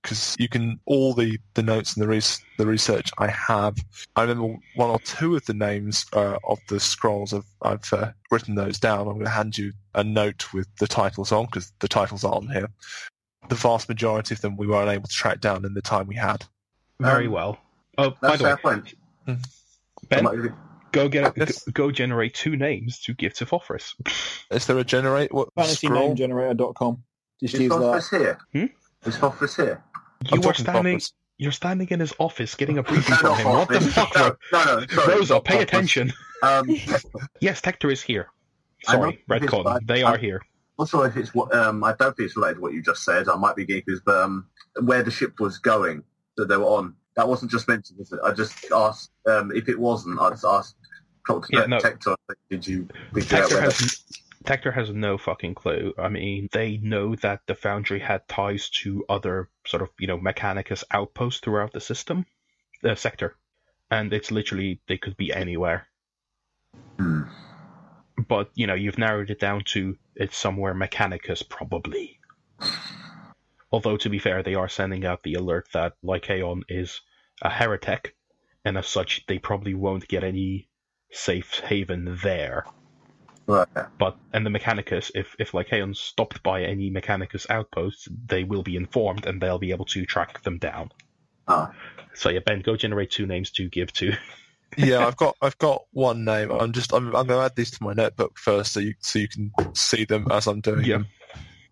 Speaker 6: because you can all the, the notes and the res- the research I have. I remember one or two of the names uh, of the scrolls. I've, I've uh, written those down. I'm going to hand you a note with the titles on because the titles are on here. the vast majority of them we were unable to track down in the time we had.
Speaker 2: Very
Speaker 1: Um,
Speaker 2: well. Oh, by
Speaker 1: That's
Speaker 2: the way,
Speaker 1: our point.
Speaker 2: Ben,
Speaker 1: Might be-
Speaker 2: go get
Speaker 6: Yes.
Speaker 2: go generate two names to give to Fofris.
Speaker 6: Is there a generate? What scroll?
Speaker 4: FantasyNameGenerator.com. Just
Speaker 1: Is
Speaker 4: use that.
Speaker 1: Hoffus here?
Speaker 2: Hmm?
Speaker 1: Is Hoffus here?
Speaker 6: I'm
Speaker 2: You are
Speaker 6: talking
Speaker 2: standing.
Speaker 6: Hoffus.
Speaker 2: You're standing in his office getting a briefing
Speaker 1: No,
Speaker 2: from
Speaker 1: not
Speaker 2: him. What the
Speaker 1: Hoffus.
Speaker 2: fuck,
Speaker 1: No, no, no, sorry.
Speaker 2: Rosa? Pay
Speaker 1: Hoffus.
Speaker 2: attention.
Speaker 1: Um,
Speaker 2: Yes, Tector is here.
Speaker 1: I'm
Speaker 2: Sorry,
Speaker 1: not-
Speaker 2: Redcon.
Speaker 1: I'm-
Speaker 2: They are here.
Speaker 1: also, if it's what um, I don't think it's related to what you just said. I might be geekers, but um, where the ship was going that they were on, that wasn't just mentioned. Was it? I just asked um, if it wasn't. I just asked. Talked to
Speaker 2: Yeah,
Speaker 1: the
Speaker 2: no.
Speaker 1: Tector, Did you? Did you
Speaker 2: Tector
Speaker 1: where the-
Speaker 2: has, Tector has no fucking clue. I mean, they know that the Foundry had ties to other sort of, you know, Mechanicus outposts throughout the system, the sector. And it's literally, they could be anywhere.
Speaker 1: Hmm.
Speaker 2: But, you know, you've narrowed it down to it's somewhere Mechanicus, probably. Although, to be fair, they are sending out the alert that Lycaon is a heretic, and as such, they probably won't get any safe haven there.
Speaker 1: Right.
Speaker 2: But and the Mechanicus, if if Lycaon's stopped by any Mechanicus outposts, they will be informed and they'll be able to track them down.
Speaker 1: Ah.
Speaker 2: So yeah, Ben, go generate two names to give to.
Speaker 6: yeah, I've got I've got one name. I'm just I'm, I'm going to add these to my notebook first, so you so you can see them as I'm doing
Speaker 2: Yeah.
Speaker 6: them,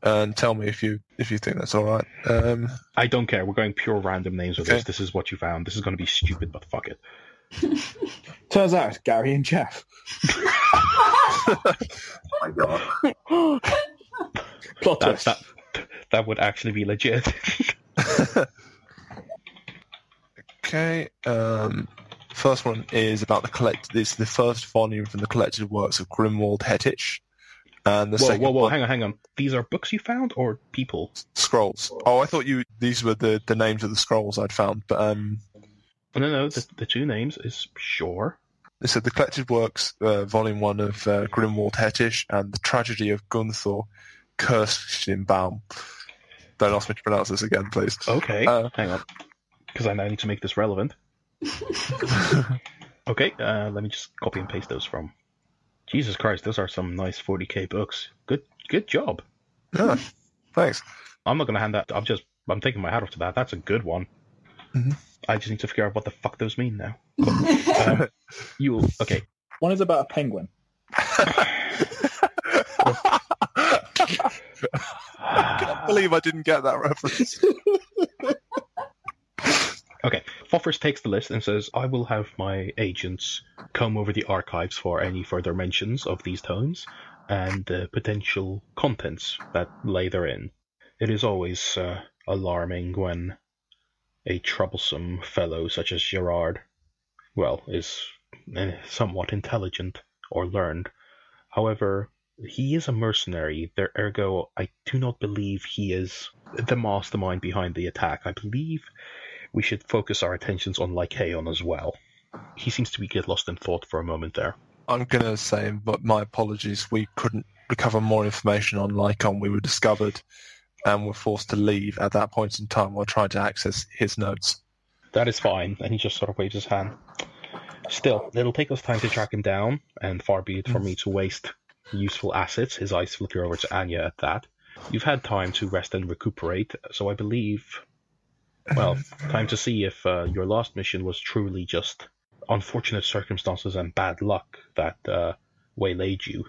Speaker 6: and tell me if you if you think that's all right. Um,
Speaker 2: I don't care. We're going pure random names with
Speaker 6: Okay.
Speaker 2: this. This is what you found. This is going to be stupid, but fuck it.
Speaker 4: Turns out it's Gary and Jeff.
Speaker 1: Oh my god.
Speaker 4: Plot
Speaker 2: That
Speaker 4: twist.
Speaker 2: that, that would actually be legit.
Speaker 6: okay. Um, first one is about the collect. This is the first volume from the collected works of Grimwald Hettich, and the
Speaker 2: whoa,
Speaker 6: second
Speaker 2: whoa, whoa!
Speaker 6: one-
Speaker 2: Hang on, hang on. These are books you found or people?
Speaker 6: scrolls. Oh, I thought you these were the the names of the scrolls I'd found, but um,
Speaker 2: No, no. The, the two names is sure.
Speaker 6: This is the collected works, uh, volume one of uh, Grimwald Hettish and the tragedy of Gunther Kirstenbaum. Don't ask me to pronounce this again, please.
Speaker 2: Okay,
Speaker 6: Uh,
Speaker 2: hang on, because I now need to make this relevant. Okay, uh, let me just copy and paste those from. Jesus Christ, those are some nice 40k books. Good, good job.
Speaker 6: Yeah, Ah, thanks.
Speaker 2: I'm not gonna hand that. I'm just, I'm taking my hat off to that. That's a good one.
Speaker 6: Mhm.
Speaker 2: I just need to figure out what the fuck those mean now.
Speaker 5: That's
Speaker 2: Um, you okay?
Speaker 4: One is about a penguin.
Speaker 1: Ah.
Speaker 2: Ah.
Speaker 6: I believe I didn't get that reference.
Speaker 2: Okay, Fofris takes the list and says, I will have my agents comb over the archives for any further mentions of these tomes and the potential contents that lay therein. It is always uh, alarming when a troublesome fellow such as Gerard, well, is eh, somewhat intelligent or learned. However, he is a mercenary, there, ergo, I do not believe he is the mastermind behind the attack. I believe we should focus our attentions on Lycaon as well. He seems to be get lost in thought for a moment there.
Speaker 6: I'm going to say, but my apologies, we couldn't recover more information on Lycon. We were discovered and were forced to leave at that point in time while trying to access his notes.
Speaker 2: That is fine, and he just sort of waves his hand. Still, it'll take us time to track him down, and far be it for me to waste useful assets. His eyes flicker over to Anya at that. You've had time to rest and recuperate, so I believe. Well, time to see if uh, your last mission was truly just unfortunate circumstances and bad luck that uh, waylaid you.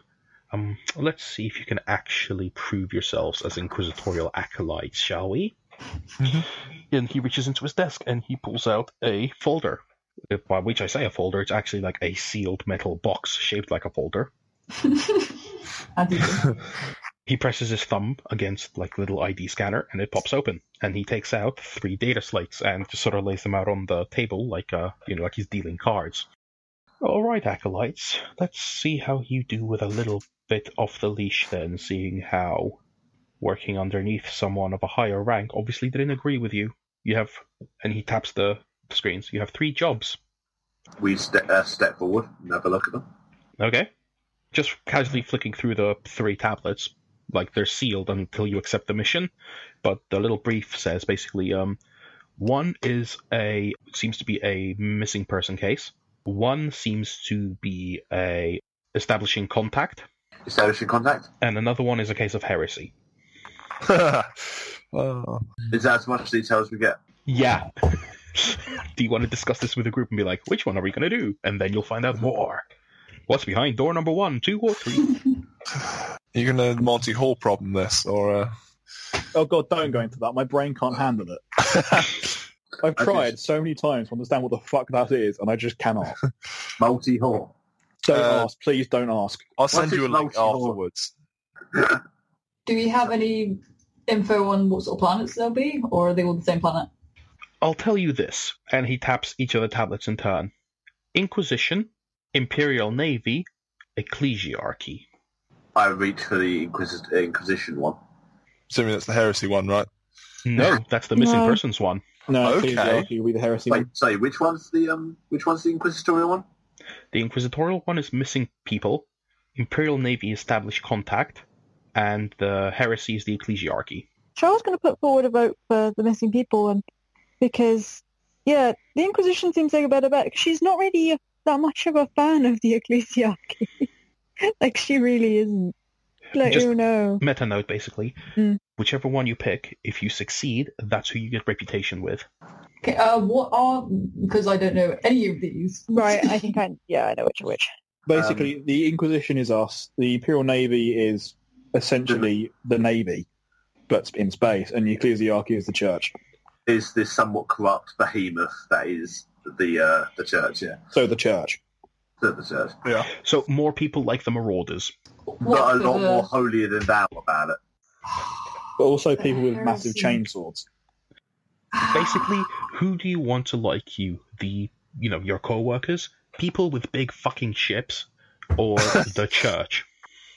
Speaker 2: Um, let's see if you can actually prove yourselves as inquisitorial acolytes, shall we? and he reaches into his desk and he pulls out a folder. If- By which I say a folder, it's actually like a sealed metal box shaped like a folder.
Speaker 5: easy.
Speaker 2: He presses his thumb against like little ID scanner and it pops open. And he takes out three data slates and just sort of lays them out on the table like uh you know like he's dealing cards. All right, acolytes, let's see how you do with a little bit off the leash then, seeing how working underneath someone of a higher rank obviously didn't agree with you. You have, and he taps the screens. You have three jobs.
Speaker 1: We ste- uh, step forward and have a look at them.
Speaker 2: Okay. Just casually flicking through the three tablets, like they're sealed until you accept the mission. But the little brief says basically, um, one is a seems to be a missing person case. One seems to be a establishing contact,
Speaker 1: Establishing contact.
Speaker 2: and another one is a case of heresy.
Speaker 6: Ah. Oh.
Speaker 2: Hmm.
Speaker 1: Is that as much detail as we get?
Speaker 2: Yeah. do you want to discuss this with the group and be like, which one are we going to do? And then you'll find out more. What's behind door number one, two, or three?
Speaker 6: You're going to Monty Hall problem this, or uh...
Speaker 4: Oh god, don't go into that. My brain can't handle it. I've
Speaker 1: I
Speaker 4: tried
Speaker 1: just-
Speaker 4: so many times to understand what the fuck that is, and I just cannot.
Speaker 1: Multi hall.
Speaker 4: Don't
Speaker 6: Uh,
Speaker 4: ask, please. Don't ask.
Speaker 6: I'll send
Speaker 1: is
Speaker 6: you a link
Speaker 1: Monty Hall?
Speaker 6: afterwards.
Speaker 5: Do we have any info on what sort of planets they'll be, or are they all the same planet?
Speaker 2: I'll tell you this. And he taps each of the tablets in turn Inquisition, Imperial Navy, Ecclesiarchy.
Speaker 1: I reach for the Inquis- Inquisition one.
Speaker 6: Assuming that's the heresy one, right?
Speaker 2: No, that's the missing
Speaker 3: No.
Speaker 2: persons one.
Speaker 4: No,
Speaker 6: Okay.
Speaker 4: please, Archie, you'll be the heresy.
Speaker 1: Wait,
Speaker 4: one.
Speaker 1: sorry, which one's the um, which one's the inquisitorial one?
Speaker 2: The Inquisitorial one is missing people, Imperial Navy established contact, and the heresy is the Ecclesiarchy.
Speaker 3: Charles going to put forward a vote for the missing people one because, yeah, the Inquisition seems like a better bet. She's not really that much of a fan of the ecclesiarchy. like she really isn't. Like,
Speaker 2: Just-
Speaker 3: oh no.
Speaker 2: Meta note, basically.
Speaker 3: Hmm.
Speaker 2: Whichever one you pick, if you succeed, that's who you get reputation with.
Speaker 5: Okay, uh, what are because I don't know any of these.
Speaker 3: Right, I think I yeah, I know which are which.
Speaker 4: Basically, the Inquisition is us. The Imperial Navy is essentially the Navy, but in space, and the Ecclesiarchy is the Church.
Speaker 1: Is this somewhat corrupt behemoth that is the uh, the church? Yeah,
Speaker 4: So the Church.
Speaker 1: the, the church.
Speaker 6: Yeah.
Speaker 2: So more people like the Marauders.
Speaker 1: But
Speaker 5: What
Speaker 1: a
Speaker 5: for
Speaker 1: lot
Speaker 5: the-
Speaker 1: more holier than thou about it.
Speaker 4: But also people with massive
Speaker 5: Heresy.
Speaker 4: chainswords.
Speaker 2: Basically, who do you want to like you? The you know your co-workers, people with big fucking ships, or the church?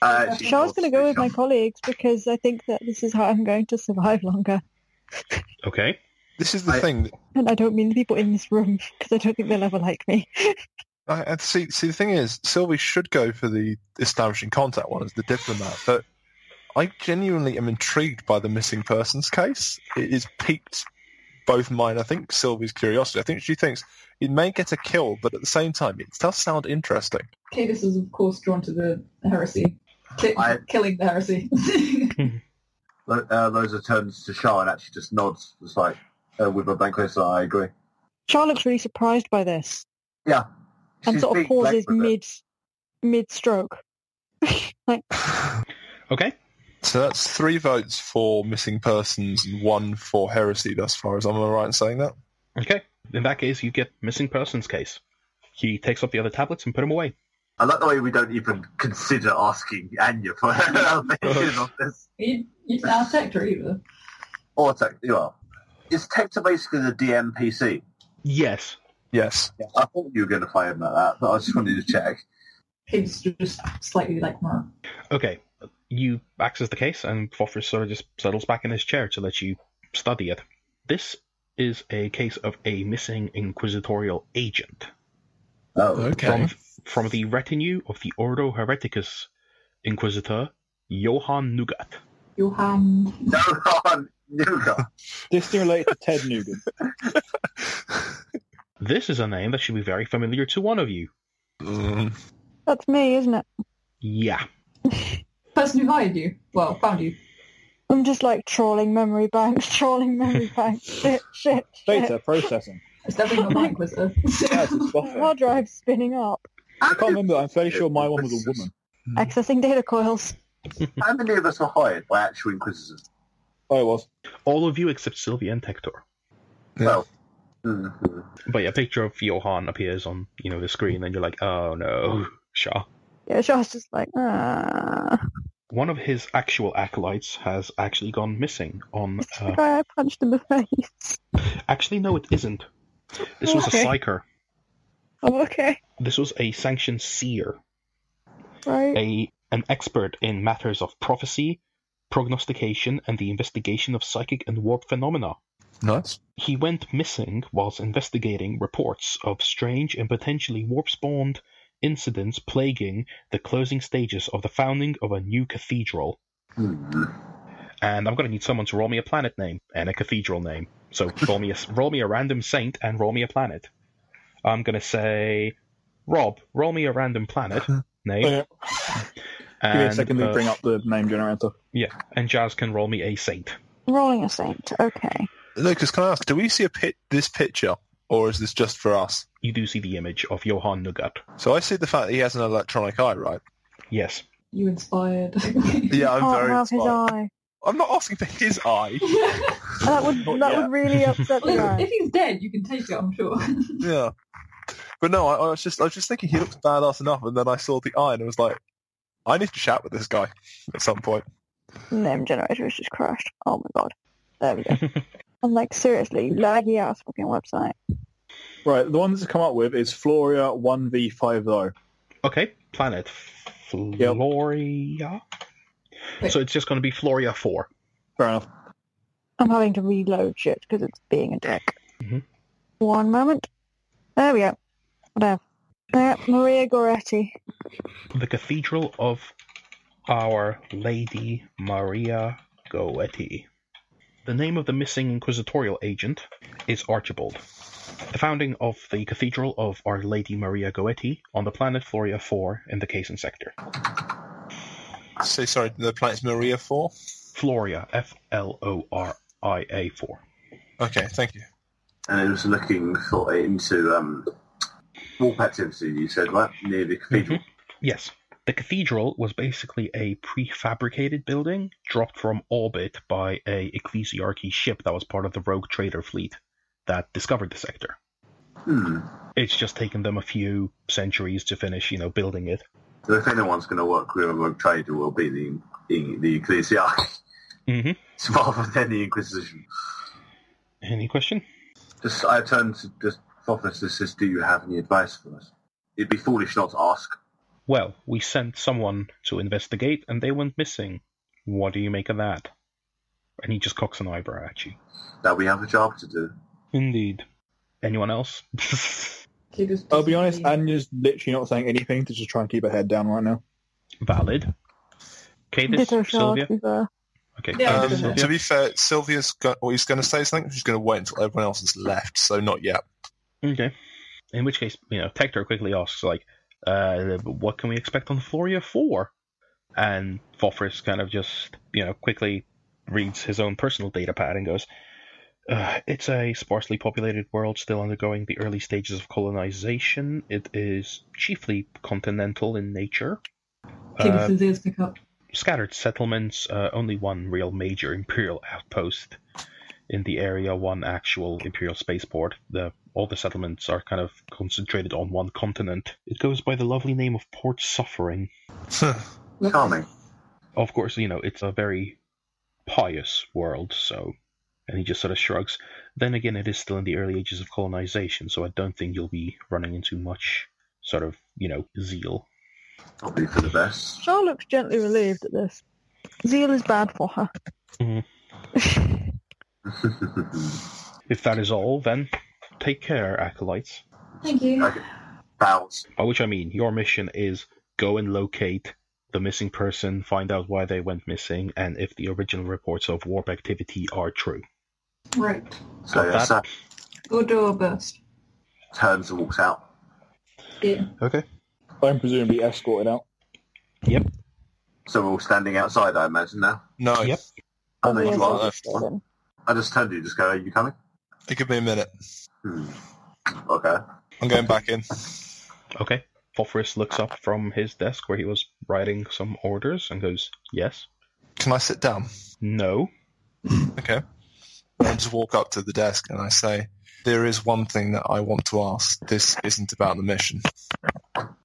Speaker 1: Uh,
Speaker 3: Yeah,
Speaker 1: she
Speaker 3: Charles
Speaker 1: thought
Speaker 3: going to go with
Speaker 1: she-
Speaker 3: my colleagues because I think that this is how I'm going to survive longer.
Speaker 2: Okay.
Speaker 6: This is the
Speaker 1: I-
Speaker 6: thing.
Speaker 3: And I don't mean the people in this room because I don't think they'll ever like me.
Speaker 6: I, and see, see, the thing is, Sylvie should go for the establishing contact one as the diplomat, but I genuinely am intrigued by the missing persons case. It has piqued both mine, I think, Sylvie's curiosity. I think she thinks it may get a kill, but at the same time, it does sound interesting.
Speaker 5: Cadus is of course drawn to the heresy, Ki-
Speaker 1: I-
Speaker 5: killing the heresy.
Speaker 1: Lo- Uh, Rosa turns to Shah and actually just nods, just like uh, with a blank face. I agree.
Speaker 3: Charlotte's really surprised by this
Speaker 1: Yeah,
Speaker 3: and
Speaker 1: She's
Speaker 3: sort of
Speaker 1: being black
Speaker 3: pauses
Speaker 1: with it.
Speaker 3: mid mid stroke. like
Speaker 2: Okay.
Speaker 6: So that's three votes for missing persons and one for heresy thus far, as I'm right in saying that.
Speaker 2: Okay. In that case, you get missing persons case. He takes up the other tablets and put them away.
Speaker 1: I like the way we don't even consider asking Anya for her opinion on this.
Speaker 5: you, you didn't ask Hector either.
Speaker 1: Or Tech, you are. Is Tector basically the DMPC?
Speaker 2: Yes.
Speaker 6: Yes.
Speaker 1: I thought you were going to play him like that, but I just wanted to check.
Speaker 5: Cadus just slightly like more.
Speaker 2: Okay. You access the case, and Fofris sort of just settles back in his chair to let you study it. This is a case of a missing inquisitorial agent
Speaker 1: Oh,
Speaker 2: from, from the retinue of the Ordo Hereticus Inquisitor Johann Nugat.
Speaker 5: Johan.
Speaker 1: no, on Nuga.
Speaker 4: This related to Ted Nugent.
Speaker 2: This is a name that should be very familiar to one of you.
Speaker 6: Mm.
Speaker 3: that's me, isn't it?
Speaker 2: Yeah.
Speaker 5: person who hired you. Well, found you.
Speaker 3: I'm just like trawling memory banks, trawling memory banks. Shit, shit, shit.
Speaker 4: Data processing.
Speaker 5: It's definitely not my inquisitor.
Speaker 4: Yes, it's
Speaker 3: My
Speaker 4: buffering.
Speaker 3: Hard drive spinning up,
Speaker 4: I can't remember. I'm fairly sure my one was a woman.
Speaker 6: Hmm.
Speaker 3: accessing data coils.
Speaker 1: How many of us were hired by actual Inquisitors?
Speaker 4: Oh, it was.
Speaker 2: All of you except Sylvia and Tector.
Speaker 6: Yeah.
Speaker 1: Well, mhm.
Speaker 2: But yeah, a picture of Johan appears on you know the screen, and you're like, oh no, Shaw.
Speaker 3: Yeah, Charles just like, ah.
Speaker 2: One of his actual acolytes has actually gone missing. On
Speaker 6: Ah.
Speaker 3: The
Speaker 2: uh,
Speaker 3: guy I punched in the face.
Speaker 2: actually, no, it isn't. This was a
Speaker 3: Okay.
Speaker 2: psyker.
Speaker 3: Oh, okay.
Speaker 2: This was a sanctioned seer,
Speaker 3: Right.
Speaker 2: a an expert in matters of prophecy, prognostication, and the investigation of psychic and warp phenomena.
Speaker 6: Nice.
Speaker 2: He went missing whilst investigating reports of strange and potentially warp spawned incidents plaguing the closing stages of the founding of a new cathedral.
Speaker 1: Hmm.
Speaker 2: And I'm going to need someone to roll me a planet name and a cathedral name. So roll me a, roll me a random saint and roll me a planet. I'm going to say, Rob, roll me a random planet name.
Speaker 4: Okay. Oh, Give me a
Speaker 2: And,
Speaker 4: second
Speaker 2: uh,
Speaker 4: to bring up the name generator.
Speaker 2: Yeah, and Jazz can roll me a saint.
Speaker 3: Rolling a saint. Okay.
Speaker 6: Lucas, can I ask, do we see a pit, this picture, or is this just for us?
Speaker 2: You do see the image of Johann Nugat.
Speaker 6: So I see the fact that he has an electronic eye, right?
Speaker 2: Yes.
Speaker 5: You inspired.
Speaker 6: Yeah, I'm
Speaker 3: Can't
Speaker 6: very.
Speaker 3: have his
Speaker 6: inspired.
Speaker 3: eye.
Speaker 6: I'm not asking for his eye.
Speaker 3: That would
Speaker 4: Not
Speaker 3: that
Speaker 4: yet.
Speaker 3: would really upset the
Speaker 5: Well, if
Speaker 3: eye.
Speaker 5: he's dead, you can take it. I'm sure.
Speaker 6: yeah, but no, I, I was just, I was just thinking he looks badass enough, and then I saw the eye and I was like, I need to chat with this guy at some point.
Speaker 3: Name generator has just crashed. Oh my god. There we go. I'm like seriously laggy ass fucking website.
Speaker 4: Right, the one that's come up with is Floria 1v50.
Speaker 2: Okay, planet
Speaker 4: Yep.
Speaker 2: Floria.
Speaker 5: Wait.
Speaker 2: So it's just going to be Floria 4.
Speaker 4: Fair enough.
Speaker 3: I'm having to reload shit because it's being a dick.
Speaker 1: Mm-hmm.
Speaker 2: Mhm.
Speaker 3: One moment. There we go. There. There, Maria Goretti.
Speaker 2: The Cathedral of Our Lady Maria Goetti. The name of the missing inquisitorial agent is Archibald. The founding of the Cathedral of Our Lady Maria Goetti on the planet Floria 4 in the Cason sector.
Speaker 6: So sorry, the planet's Maria Four.
Speaker 2: Floria, F L O R I A 4.
Speaker 6: Okay, thank you.
Speaker 1: and it was looking for into um, warp activity. You said right near the cathedral.
Speaker 2: Yes. The cathedral was basically a prefabricated building dropped from orbit by a ecclesiarchy ship that was part of the rogue trader fleet that discovered the sector.
Speaker 4: Mm-hmm.
Speaker 1: Hmm.
Speaker 2: It's just taken them a few centuries to finish, you know, building it.
Speaker 1: So if anyone's going to work with a rogue trader, will be the the, the ecclesiarch
Speaker 2: Mm-hmm.
Speaker 1: rather than the Inquisition.
Speaker 2: Any question?
Speaker 1: Just I turned to just Fofus and says, "Do you have any advice for us?" It'd be foolish not to ask.
Speaker 2: Well, we sent someone to investigate and they went missing. What do you make of that? And he just cocks an eyebrow at you.
Speaker 1: That we have a job to do.
Speaker 2: Indeed. Anyone else?
Speaker 5: She just
Speaker 4: I'll be honest,
Speaker 5: doesn't
Speaker 4: Anya's literally not saying anything to just try and keep her head down right now.
Speaker 2: Valid. Okay, this
Speaker 3: Ditto shall
Speaker 2: Sylvia.
Speaker 3: to be fair.
Speaker 2: Okay,
Speaker 5: Yeah,
Speaker 2: Cadis,
Speaker 5: Um,
Speaker 2: Sylvia.
Speaker 6: to be fair, Sylvia's go- well, he's going to say something. She's going to wait until everyone else has left. So not yet.
Speaker 2: Okay. In which case, you know, Tector quickly asks, like, uh, what can we expect on Floria 4? And Fofris kind of just, you know, quickly reads his own personal data pad and goes, uh, it's a sparsely populated world still undergoing the early stages of colonization. It is chiefly continental in nature. Uh,
Speaker 5: Cadis's ears pick up.
Speaker 2: scattered settlements, uh, only one real major Imperial outpost in the area, one actual Imperial spaceport. The, all the settlements are kind of concentrated on one continent. It goes by the lovely name of Port Suffering.
Speaker 1: Charming.
Speaker 2: Of course, you know, it's a very pious world, so. And he just sort of shrugs. Then again, it is still in the early ages of colonization, so I don't think you'll be running into much sort of, you know, zeal.
Speaker 1: Probably for the best.
Speaker 3: Shaw looks gently relieved at this. Zeal is bad for her.
Speaker 2: Mhm. If that is all, then take care, acolytes.
Speaker 5: Thank you.
Speaker 1: Bows.
Speaker 2: By Uh, which I mean, your mission is go and locate the missing person, find out why they went missing, and if the original reports of warp activity are true.
Speaker 5: Right.
Speaker 1: So
Speaker 2: Got
Speaker 1: yeah,
Speaker 2: that.
Speaker 1: Sam
Speaker 5: Good door burst.
Speaker 1: turns and walks out.
Speaker 5: Yeah.
Speaker 2: Okay.
Speaker 4: I'm presumably escorted out.
Speaker 1: So we're all standing outside, I imagine now.
Speaker 6: No,
Speaker 2: Yep.
Speaker 1: I know you
Speaker 6: Obviously.
Speaker 1: are. I just turned to you, just go, "Are you coming?"
Speaker 6: it give me a minute.
Speaker 1: Hmm. Okay.
Speaker 6: I'm going back in.
Speaker 2: Okay. Phophoris looks up from his desk where he was writing some orders and goes, Yes.
Speaker 6: Can I sit down?
Speaker 2: No.
Speaker 6: Okay. I just walk up to the desk and I say, "There is one thing that I want to ask. This isn't about the mission.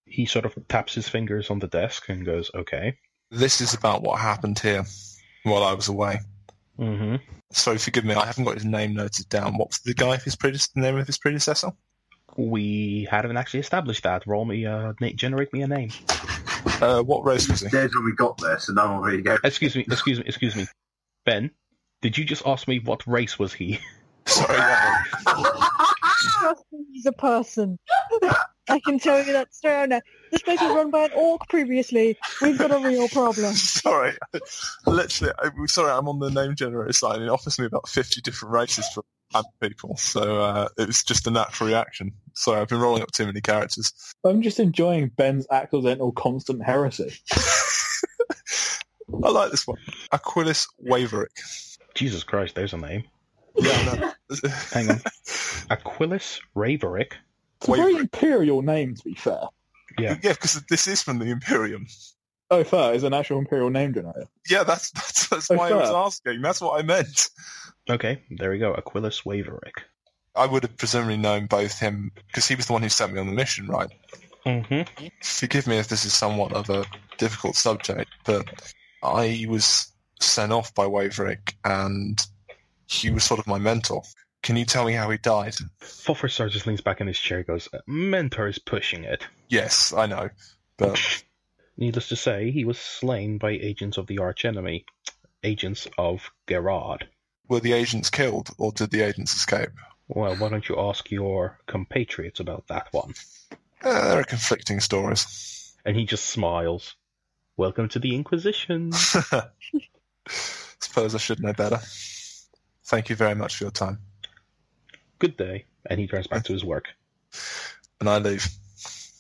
Speaker 2: He sort of taps his fingers on the desk and goes, Okay.
Speaker 6: This is about what happened here while I was away."
Speaker 2: Mm-hmm.
Speaker 6: So forgive me, I haven't got his name noted down. What was the guy? His predes- the name of his predecessor?
Speaker 2: We haven't actually established that. Roll me, uh, na- generate me a name.
Speaker 6: Uh, what race was he?
Speaker 1: There's when we got there, so no one really gave
Speaker 2: Excuse me, excuse me, excuse me. Ben, did you just ask me what race was he?
Speaker 6: Sorry. yeah.
Speaker 3: Trust me, he's a person. I can tell you that straight out now. This place was run by an orc previously. We've got a real problem.
Speaker 6: sorry, literally, I'm sorry, I'm on the name generator side, and it offers me about 50 different races for random people, so uh, it was just a natural reaction. Sorry, I've been rolling up too many characters.
Speaker 4: I'm just enjoying Ben's accidental constant heresy.
Speaker 6: I like this one. Aquilis Waverick.
Speaker 2: Jesus Christ, there's a name.
Speaker 6: Yeah, no.
Speaker 2: Hang on. Aquilis Raverick.
Speaker 4: It's a very
Speaker 6: Waverick.
Speaker 4: imperial name, to be fair.
Speaker 2: Yeah.
Speaker 6: Yeah, because this is from the Imperium.
Speaker 4: Oh, fair is an actual imperial name generator.
Speaker 6: Yeah, that's that's, that's
Speaker 4: Oh,
Speaker 6: why I
Speaker 4: fair.
Speaker 6: was asking. That's what I meant.
Speaker 2: Okay, there we go. Aquilis Waverick.
Speaker 6: I would have presumably known both him because he was the one who sent me on the mission, right?
Speaker 2: Mm-hmm.
Speaker 6: Forgive me if this is somewhat of a difficult subject, but I was sent off by Waverick, and he was sort of my mentor. Can you tell me how he died?
Speaker 2: Fulfer just leans back in his chair and goes, Mentor is pushing it.
Speaker 6: Yes, I know, but
Speaker 2: Needless to say, he was slain by agents of the archenemy, agents of Gerard.
Speaker 6: were the agents killed, or did the agents escape?
Speaker 2: Well, why don't you ask your compatriots about that one?
Speaker 6: Uh, there are conflicting stories.
Speaker 2: And he just smiles. Welcome to the Inquisition.
Speaker 6: Suppose I should know better. Thank you very much for your time,
Speaker 2: Good day. And he turns back to his work.
Speaker 6: and I leave.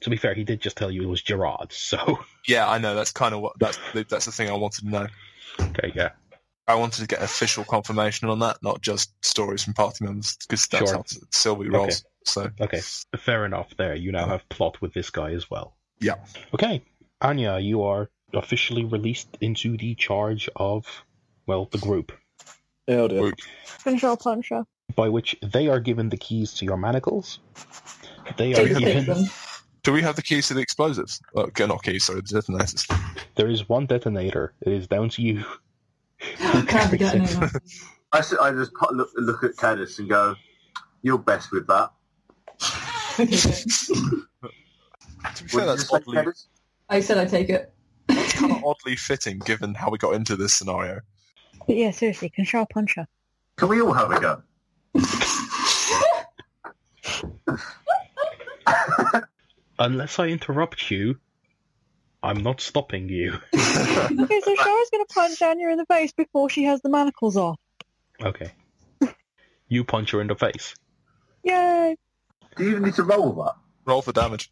Speaker 2: To be fair, he did just tell you it was Gerard, so.
Speaker 6: Yeah, I know. That's kind of what that's that's the thing I wanted to know.
Speaker 2: Okay, yeah.
Speaker 6: I wanted to get official confirmation on that, not just stories from party members, because that's
Speaker 2: Sure.
Speaker 6: how Sylvie rolls. So
Speaker 2: Okay, fair enough there. You now have plot with this guy as well.
Speaker 6: Yeah.
Speaker 2: Okay, Anya, you are officially released into the charge of, well, the group,
Speaker 4: Yeah, Oh, dear.
Speaker 6: Wait.
Speaker 3: Control puncher.
Speaker 2: by which they are given the keys to your manacles. They are
Speaker 5: Take the
Speaker 2: given.
Speaker 5: pick, then.
Speaker 6: do we have the keys to the explosives? Oh, okay, not keys, sorry, the detonators.
Speaker 2: There is one detonator. It is down to you.
Speaker 5: Can't be getting anyone.
Speaker 1: I, s- I just pu- look, look at Curtis and go, "You're best with that."
Speaker 5: Okay, okay.
Speaker 6: To be
Speaker 1: Would
Speaker 6: fair,
Speaker 1: you
Speaker 6: that's
Speaker 1: just like
Speaker 6: oddly,
Speaker 1: Curtis?
Speaker 5: I said I'd take it.
Speaker 6: kind of oddly fitting given how we got into this scenario.
Speaker 3: But yeah, seriously, control puncher.
Speaker 1: Can we all have a go?
Speaker 2: Unless I interrupt you, I'm not stopping you.
Speaker 3: Okay, so Shara's going to punch Anya in the face before she has the manacles off.
Speaker 2: Okay. You punch her in the face.
Speaker 3: Yay!
Speaker 1: Do you even need to roll that?
Speaker 6: Roll for damage.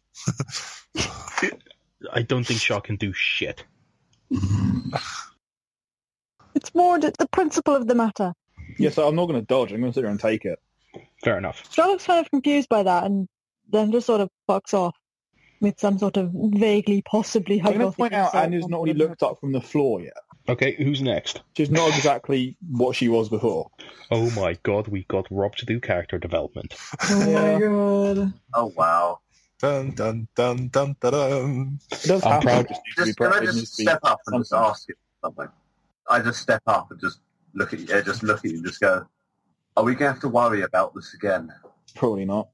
Speaker 2: I don't think Shaw can do shit.
Speaker 3: It's more d- the principle of the matter.
Speaker 4: Yeah, so I'm not going to dodge. I'm going to sit there and take it.
Speaker 2: Fair enough.
Speaker 3: Shara looks kind of confused by that and then just sort of fucks off with some sort of vaguely, possibly
Speaker 4: I'm going
Speaker 3: hypothetical
Speaker 4: to point out
Speaker 3: side
Speaker 4: Anya's not really
Speaker 3: compliment.
Speaker 4: looked up from the floor yet.
Speaker 2: Okay, who's next?
Speaker 4: She's not exactly what she was before.
Speaker 2: Oh my god, we got Rob to do character development.
Speaker 5: Oh
Speaker 4: Yeah.
Speaker 5: my god.
Speaker 1: Oh wow!
Speaker 6: Dun dun dun dun dun dun.
Speaker 4: It does
Speaker 2: I'm
Speaker 4: happen.
Speaker 2: proud.
Speaker 4: It just needs to be
Speaker 1: Just, can I
Speaker 4: practiced,
Speaker 1: just
Speaker 4: it needs to be-
Speaker 1: step up and just
Speaker 4: something.
Speaker 1: ask you something? I just step up and just look at you, yeah, just look at you and just go, "Are we going to have to worry about this again?"
Speaker 4: Probably not.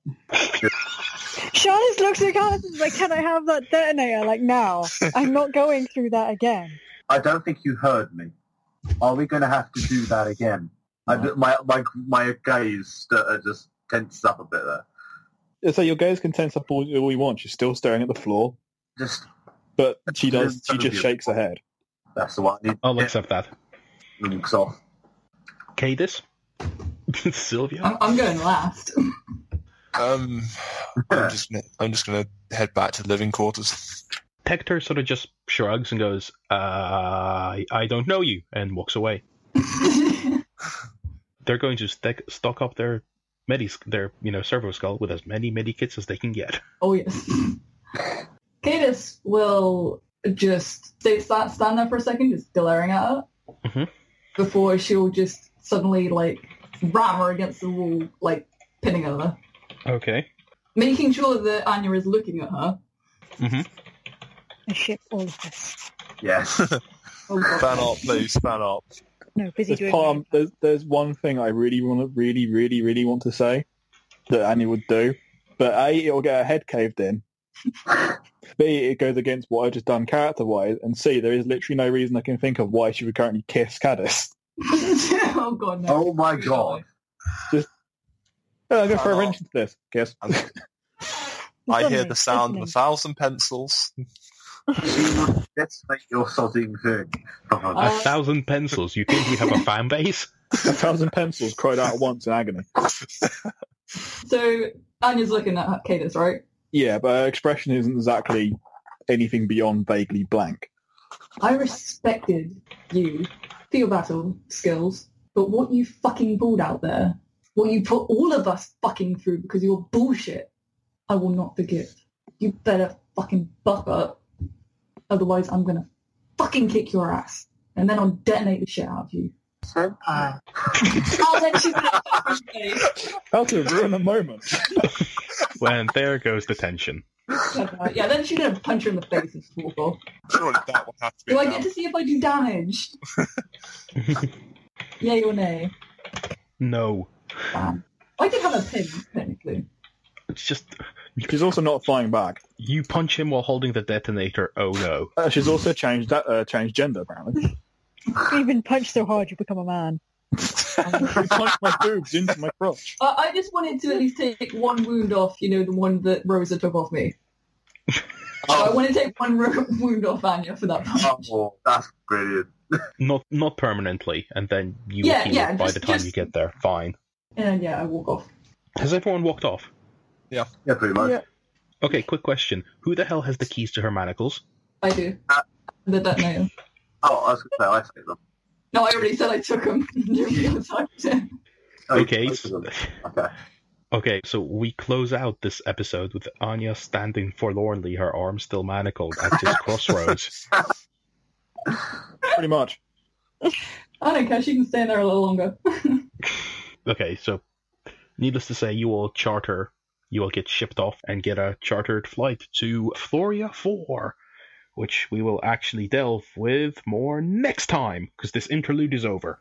Speaker 3: Charlotte looks at Carlos and is like, can I have that detonator? Like, now. I'm not going through that again.
Speaker 1: I don't think you heard me. Are we going to have to do that again? I d my my my gaze uh, just tenses up a bit there.
Speaker 4: So your gaze can tense up all, all you want. She's still staring at the floor,
Speaker 1: Just
Speaker 4: but she does. She just shakes her head.
Speaker 1: that's the one. I need.
Speaker 6: Oh,
Speaker 2: I'll accept that.
Speaker 1: It looks off.
Speaker 2: Cadis? Sylvia?
Speaker 5: I'm, I'm going last.
Speaker 6: Um, I'm just gonna, I'm just gonna head back to living quarters.
Speaker 2: Tector sort of just shrugs and goes, uh, I- I don't know you, and walks away. They're going to stack stock up their medi, their, you know, servo skull with as many medi kits as they can get.
Speaker 5: oh yes. Cadis will just stay stand, stand there for a second, just glaring at her,
Speaker 2: Mhm.
Speaker 5: before she'll just suddenly like ram her against the wall, like pinning her,
Speaker 2: Okay.
Speaker 5: making sure that Anya is looking at her.
Speaker 3: I ship all of this.
Speaker 1: Yes.
Speaker 5: Oh, God.
Speaker 6: Fan art, please. Fan art.
Speaker 3: No, busy
Speaker 4: There's,
Speaker 3: doing
Speaker 4: palm, there's, there's one thing I really want to, really, really, really want to say that Annie would do, but A, it'll get her head caved in. B, it goes against what I've just done character-wise, and C, there is literally no reason I can think of why she would currently kiss Caddis.
Speaker 5: oh god, no.
Speaker 1: oh my god!
Speaker 4: Oh, I'm going
Speaker 6: Fan
Speaker 4: for a
Speaker 6: art.
Speaker 4: wrench into this. Kiss.
Speaker 6: I
Speaker 3: Isn't
Speaker 6: hear
Speaker 3: it?
Speaker 6: the sound of a
Speaker 3: Isn't it?
Speaker 6: thousand pencils.
Speaker 1: Let's make your sodding thing.
Speaker 2: A
Speaker 5: Uh,
Speaker 2: thousand pencils. You think we have a fan base?
Speaker 4: A thousand pencils cried out at once in agony.
Speaker 5: So Anya's looking at her- Cadis, right?
Speaker 4: Yeah, but her expression isn't exactly anything beyond vaguely blank.
Speaker 5: I respected you for your battle skills, but what you fucking pulled out there, what you put all of us fucking through because of your bullshit, I will not forgive. You better fucking buck up. Otherwise, I'm going to fucking kick your ass. And then I'll detonate the shit out of you.
Speaker 1: Senpai.
Speaker 5: oh, then she's going to fucking say,
Speaker 4: How to ruin a moment.
Speaker 2: When there goes the tension.
Speaker 5: Senpai. Yeah, then she's going to punch her in the face and just walk off.
Speaker 7: Surely that will have to be
Speaker 5: Do I
Speaker 7: enough.
Speaker 5: get to see if I do damage? Yay or nay?
Speaker 2: No.
Speaker 5: Damn. I did have a pin, technically.
Speaker 2: It's just
Speaker 4: She's also not flying back.
Speaker 2: you punch him while holding the detonator. Oh no.
Speaker 4: Uh, she's also changed that uh, changed gender apparently.
Speaker 3: You even punch so hard you become a man.
Speaker 4: she punched my boobs into my crotch.
Speaker 5: I, I just wanted to at least take one wound off, you know, the one that Rosa took off me. So I want to take one ro- wound off Anya for that punch.
Speaker 1: Oh, that's brilliant.
Speaker 2: Not not permanently, and then you
Speaker 5: Yeah,
Speaker 2: heal
Speaker 5: yeah,
Speaker 2: by
Speaker 5: just-
Speaker 2: the time
Speaker 5: just-
Speaker 2: you get there. Fine.
Speaker 5: And yeah, I walk off.
Speaker 2: Has everyone walked off?
Speaker 1: Yeah, pretty much.
Speaker 3: Yeah.
Speaker 2: Okay, quick question. Who the hell has the keys to her manacles?
Speaker 5: I do.
Speaker 1: Uh,
Speaker 5: the detonator.
Speaker 1: Oh, I was going to say, I take them.
Speaker 5: No, I already said I took him.
Speaker 1: Oh, you
Speaker 2: Okay,
Speaker 1: took
Speaker 2: s-
Speaker 1: them. Okay.
Speaker 2: Okay, so we close out this episode with Anya standing forlornly, her arm still manacled at this crossroads.
Speaker 4: Pretty much.
Speaker 5: I don't care. She can stay in there a little longer.
Speaker 2: Okay, so needless to say, you will charter, you will get shipped off and get a chartered flight to Floria 4, which we will actually delve with more next time, because this interlude is over.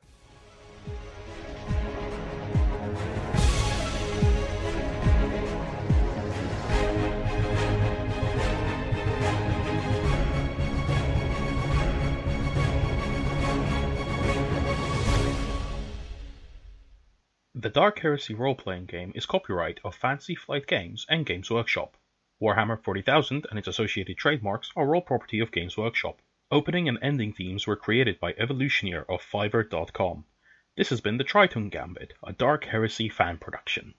Speaker 2: The Dark Heresy role playing game is copyright of Fancy Flight Games and Games Workshop. Warhammer 40,000 and its associated trademarks are all property of Games Workshop. Opening and ending themes were created by Evolutioneer of Fiverr.com. This has been the Triton Gambit, a Dark Heresy fan production.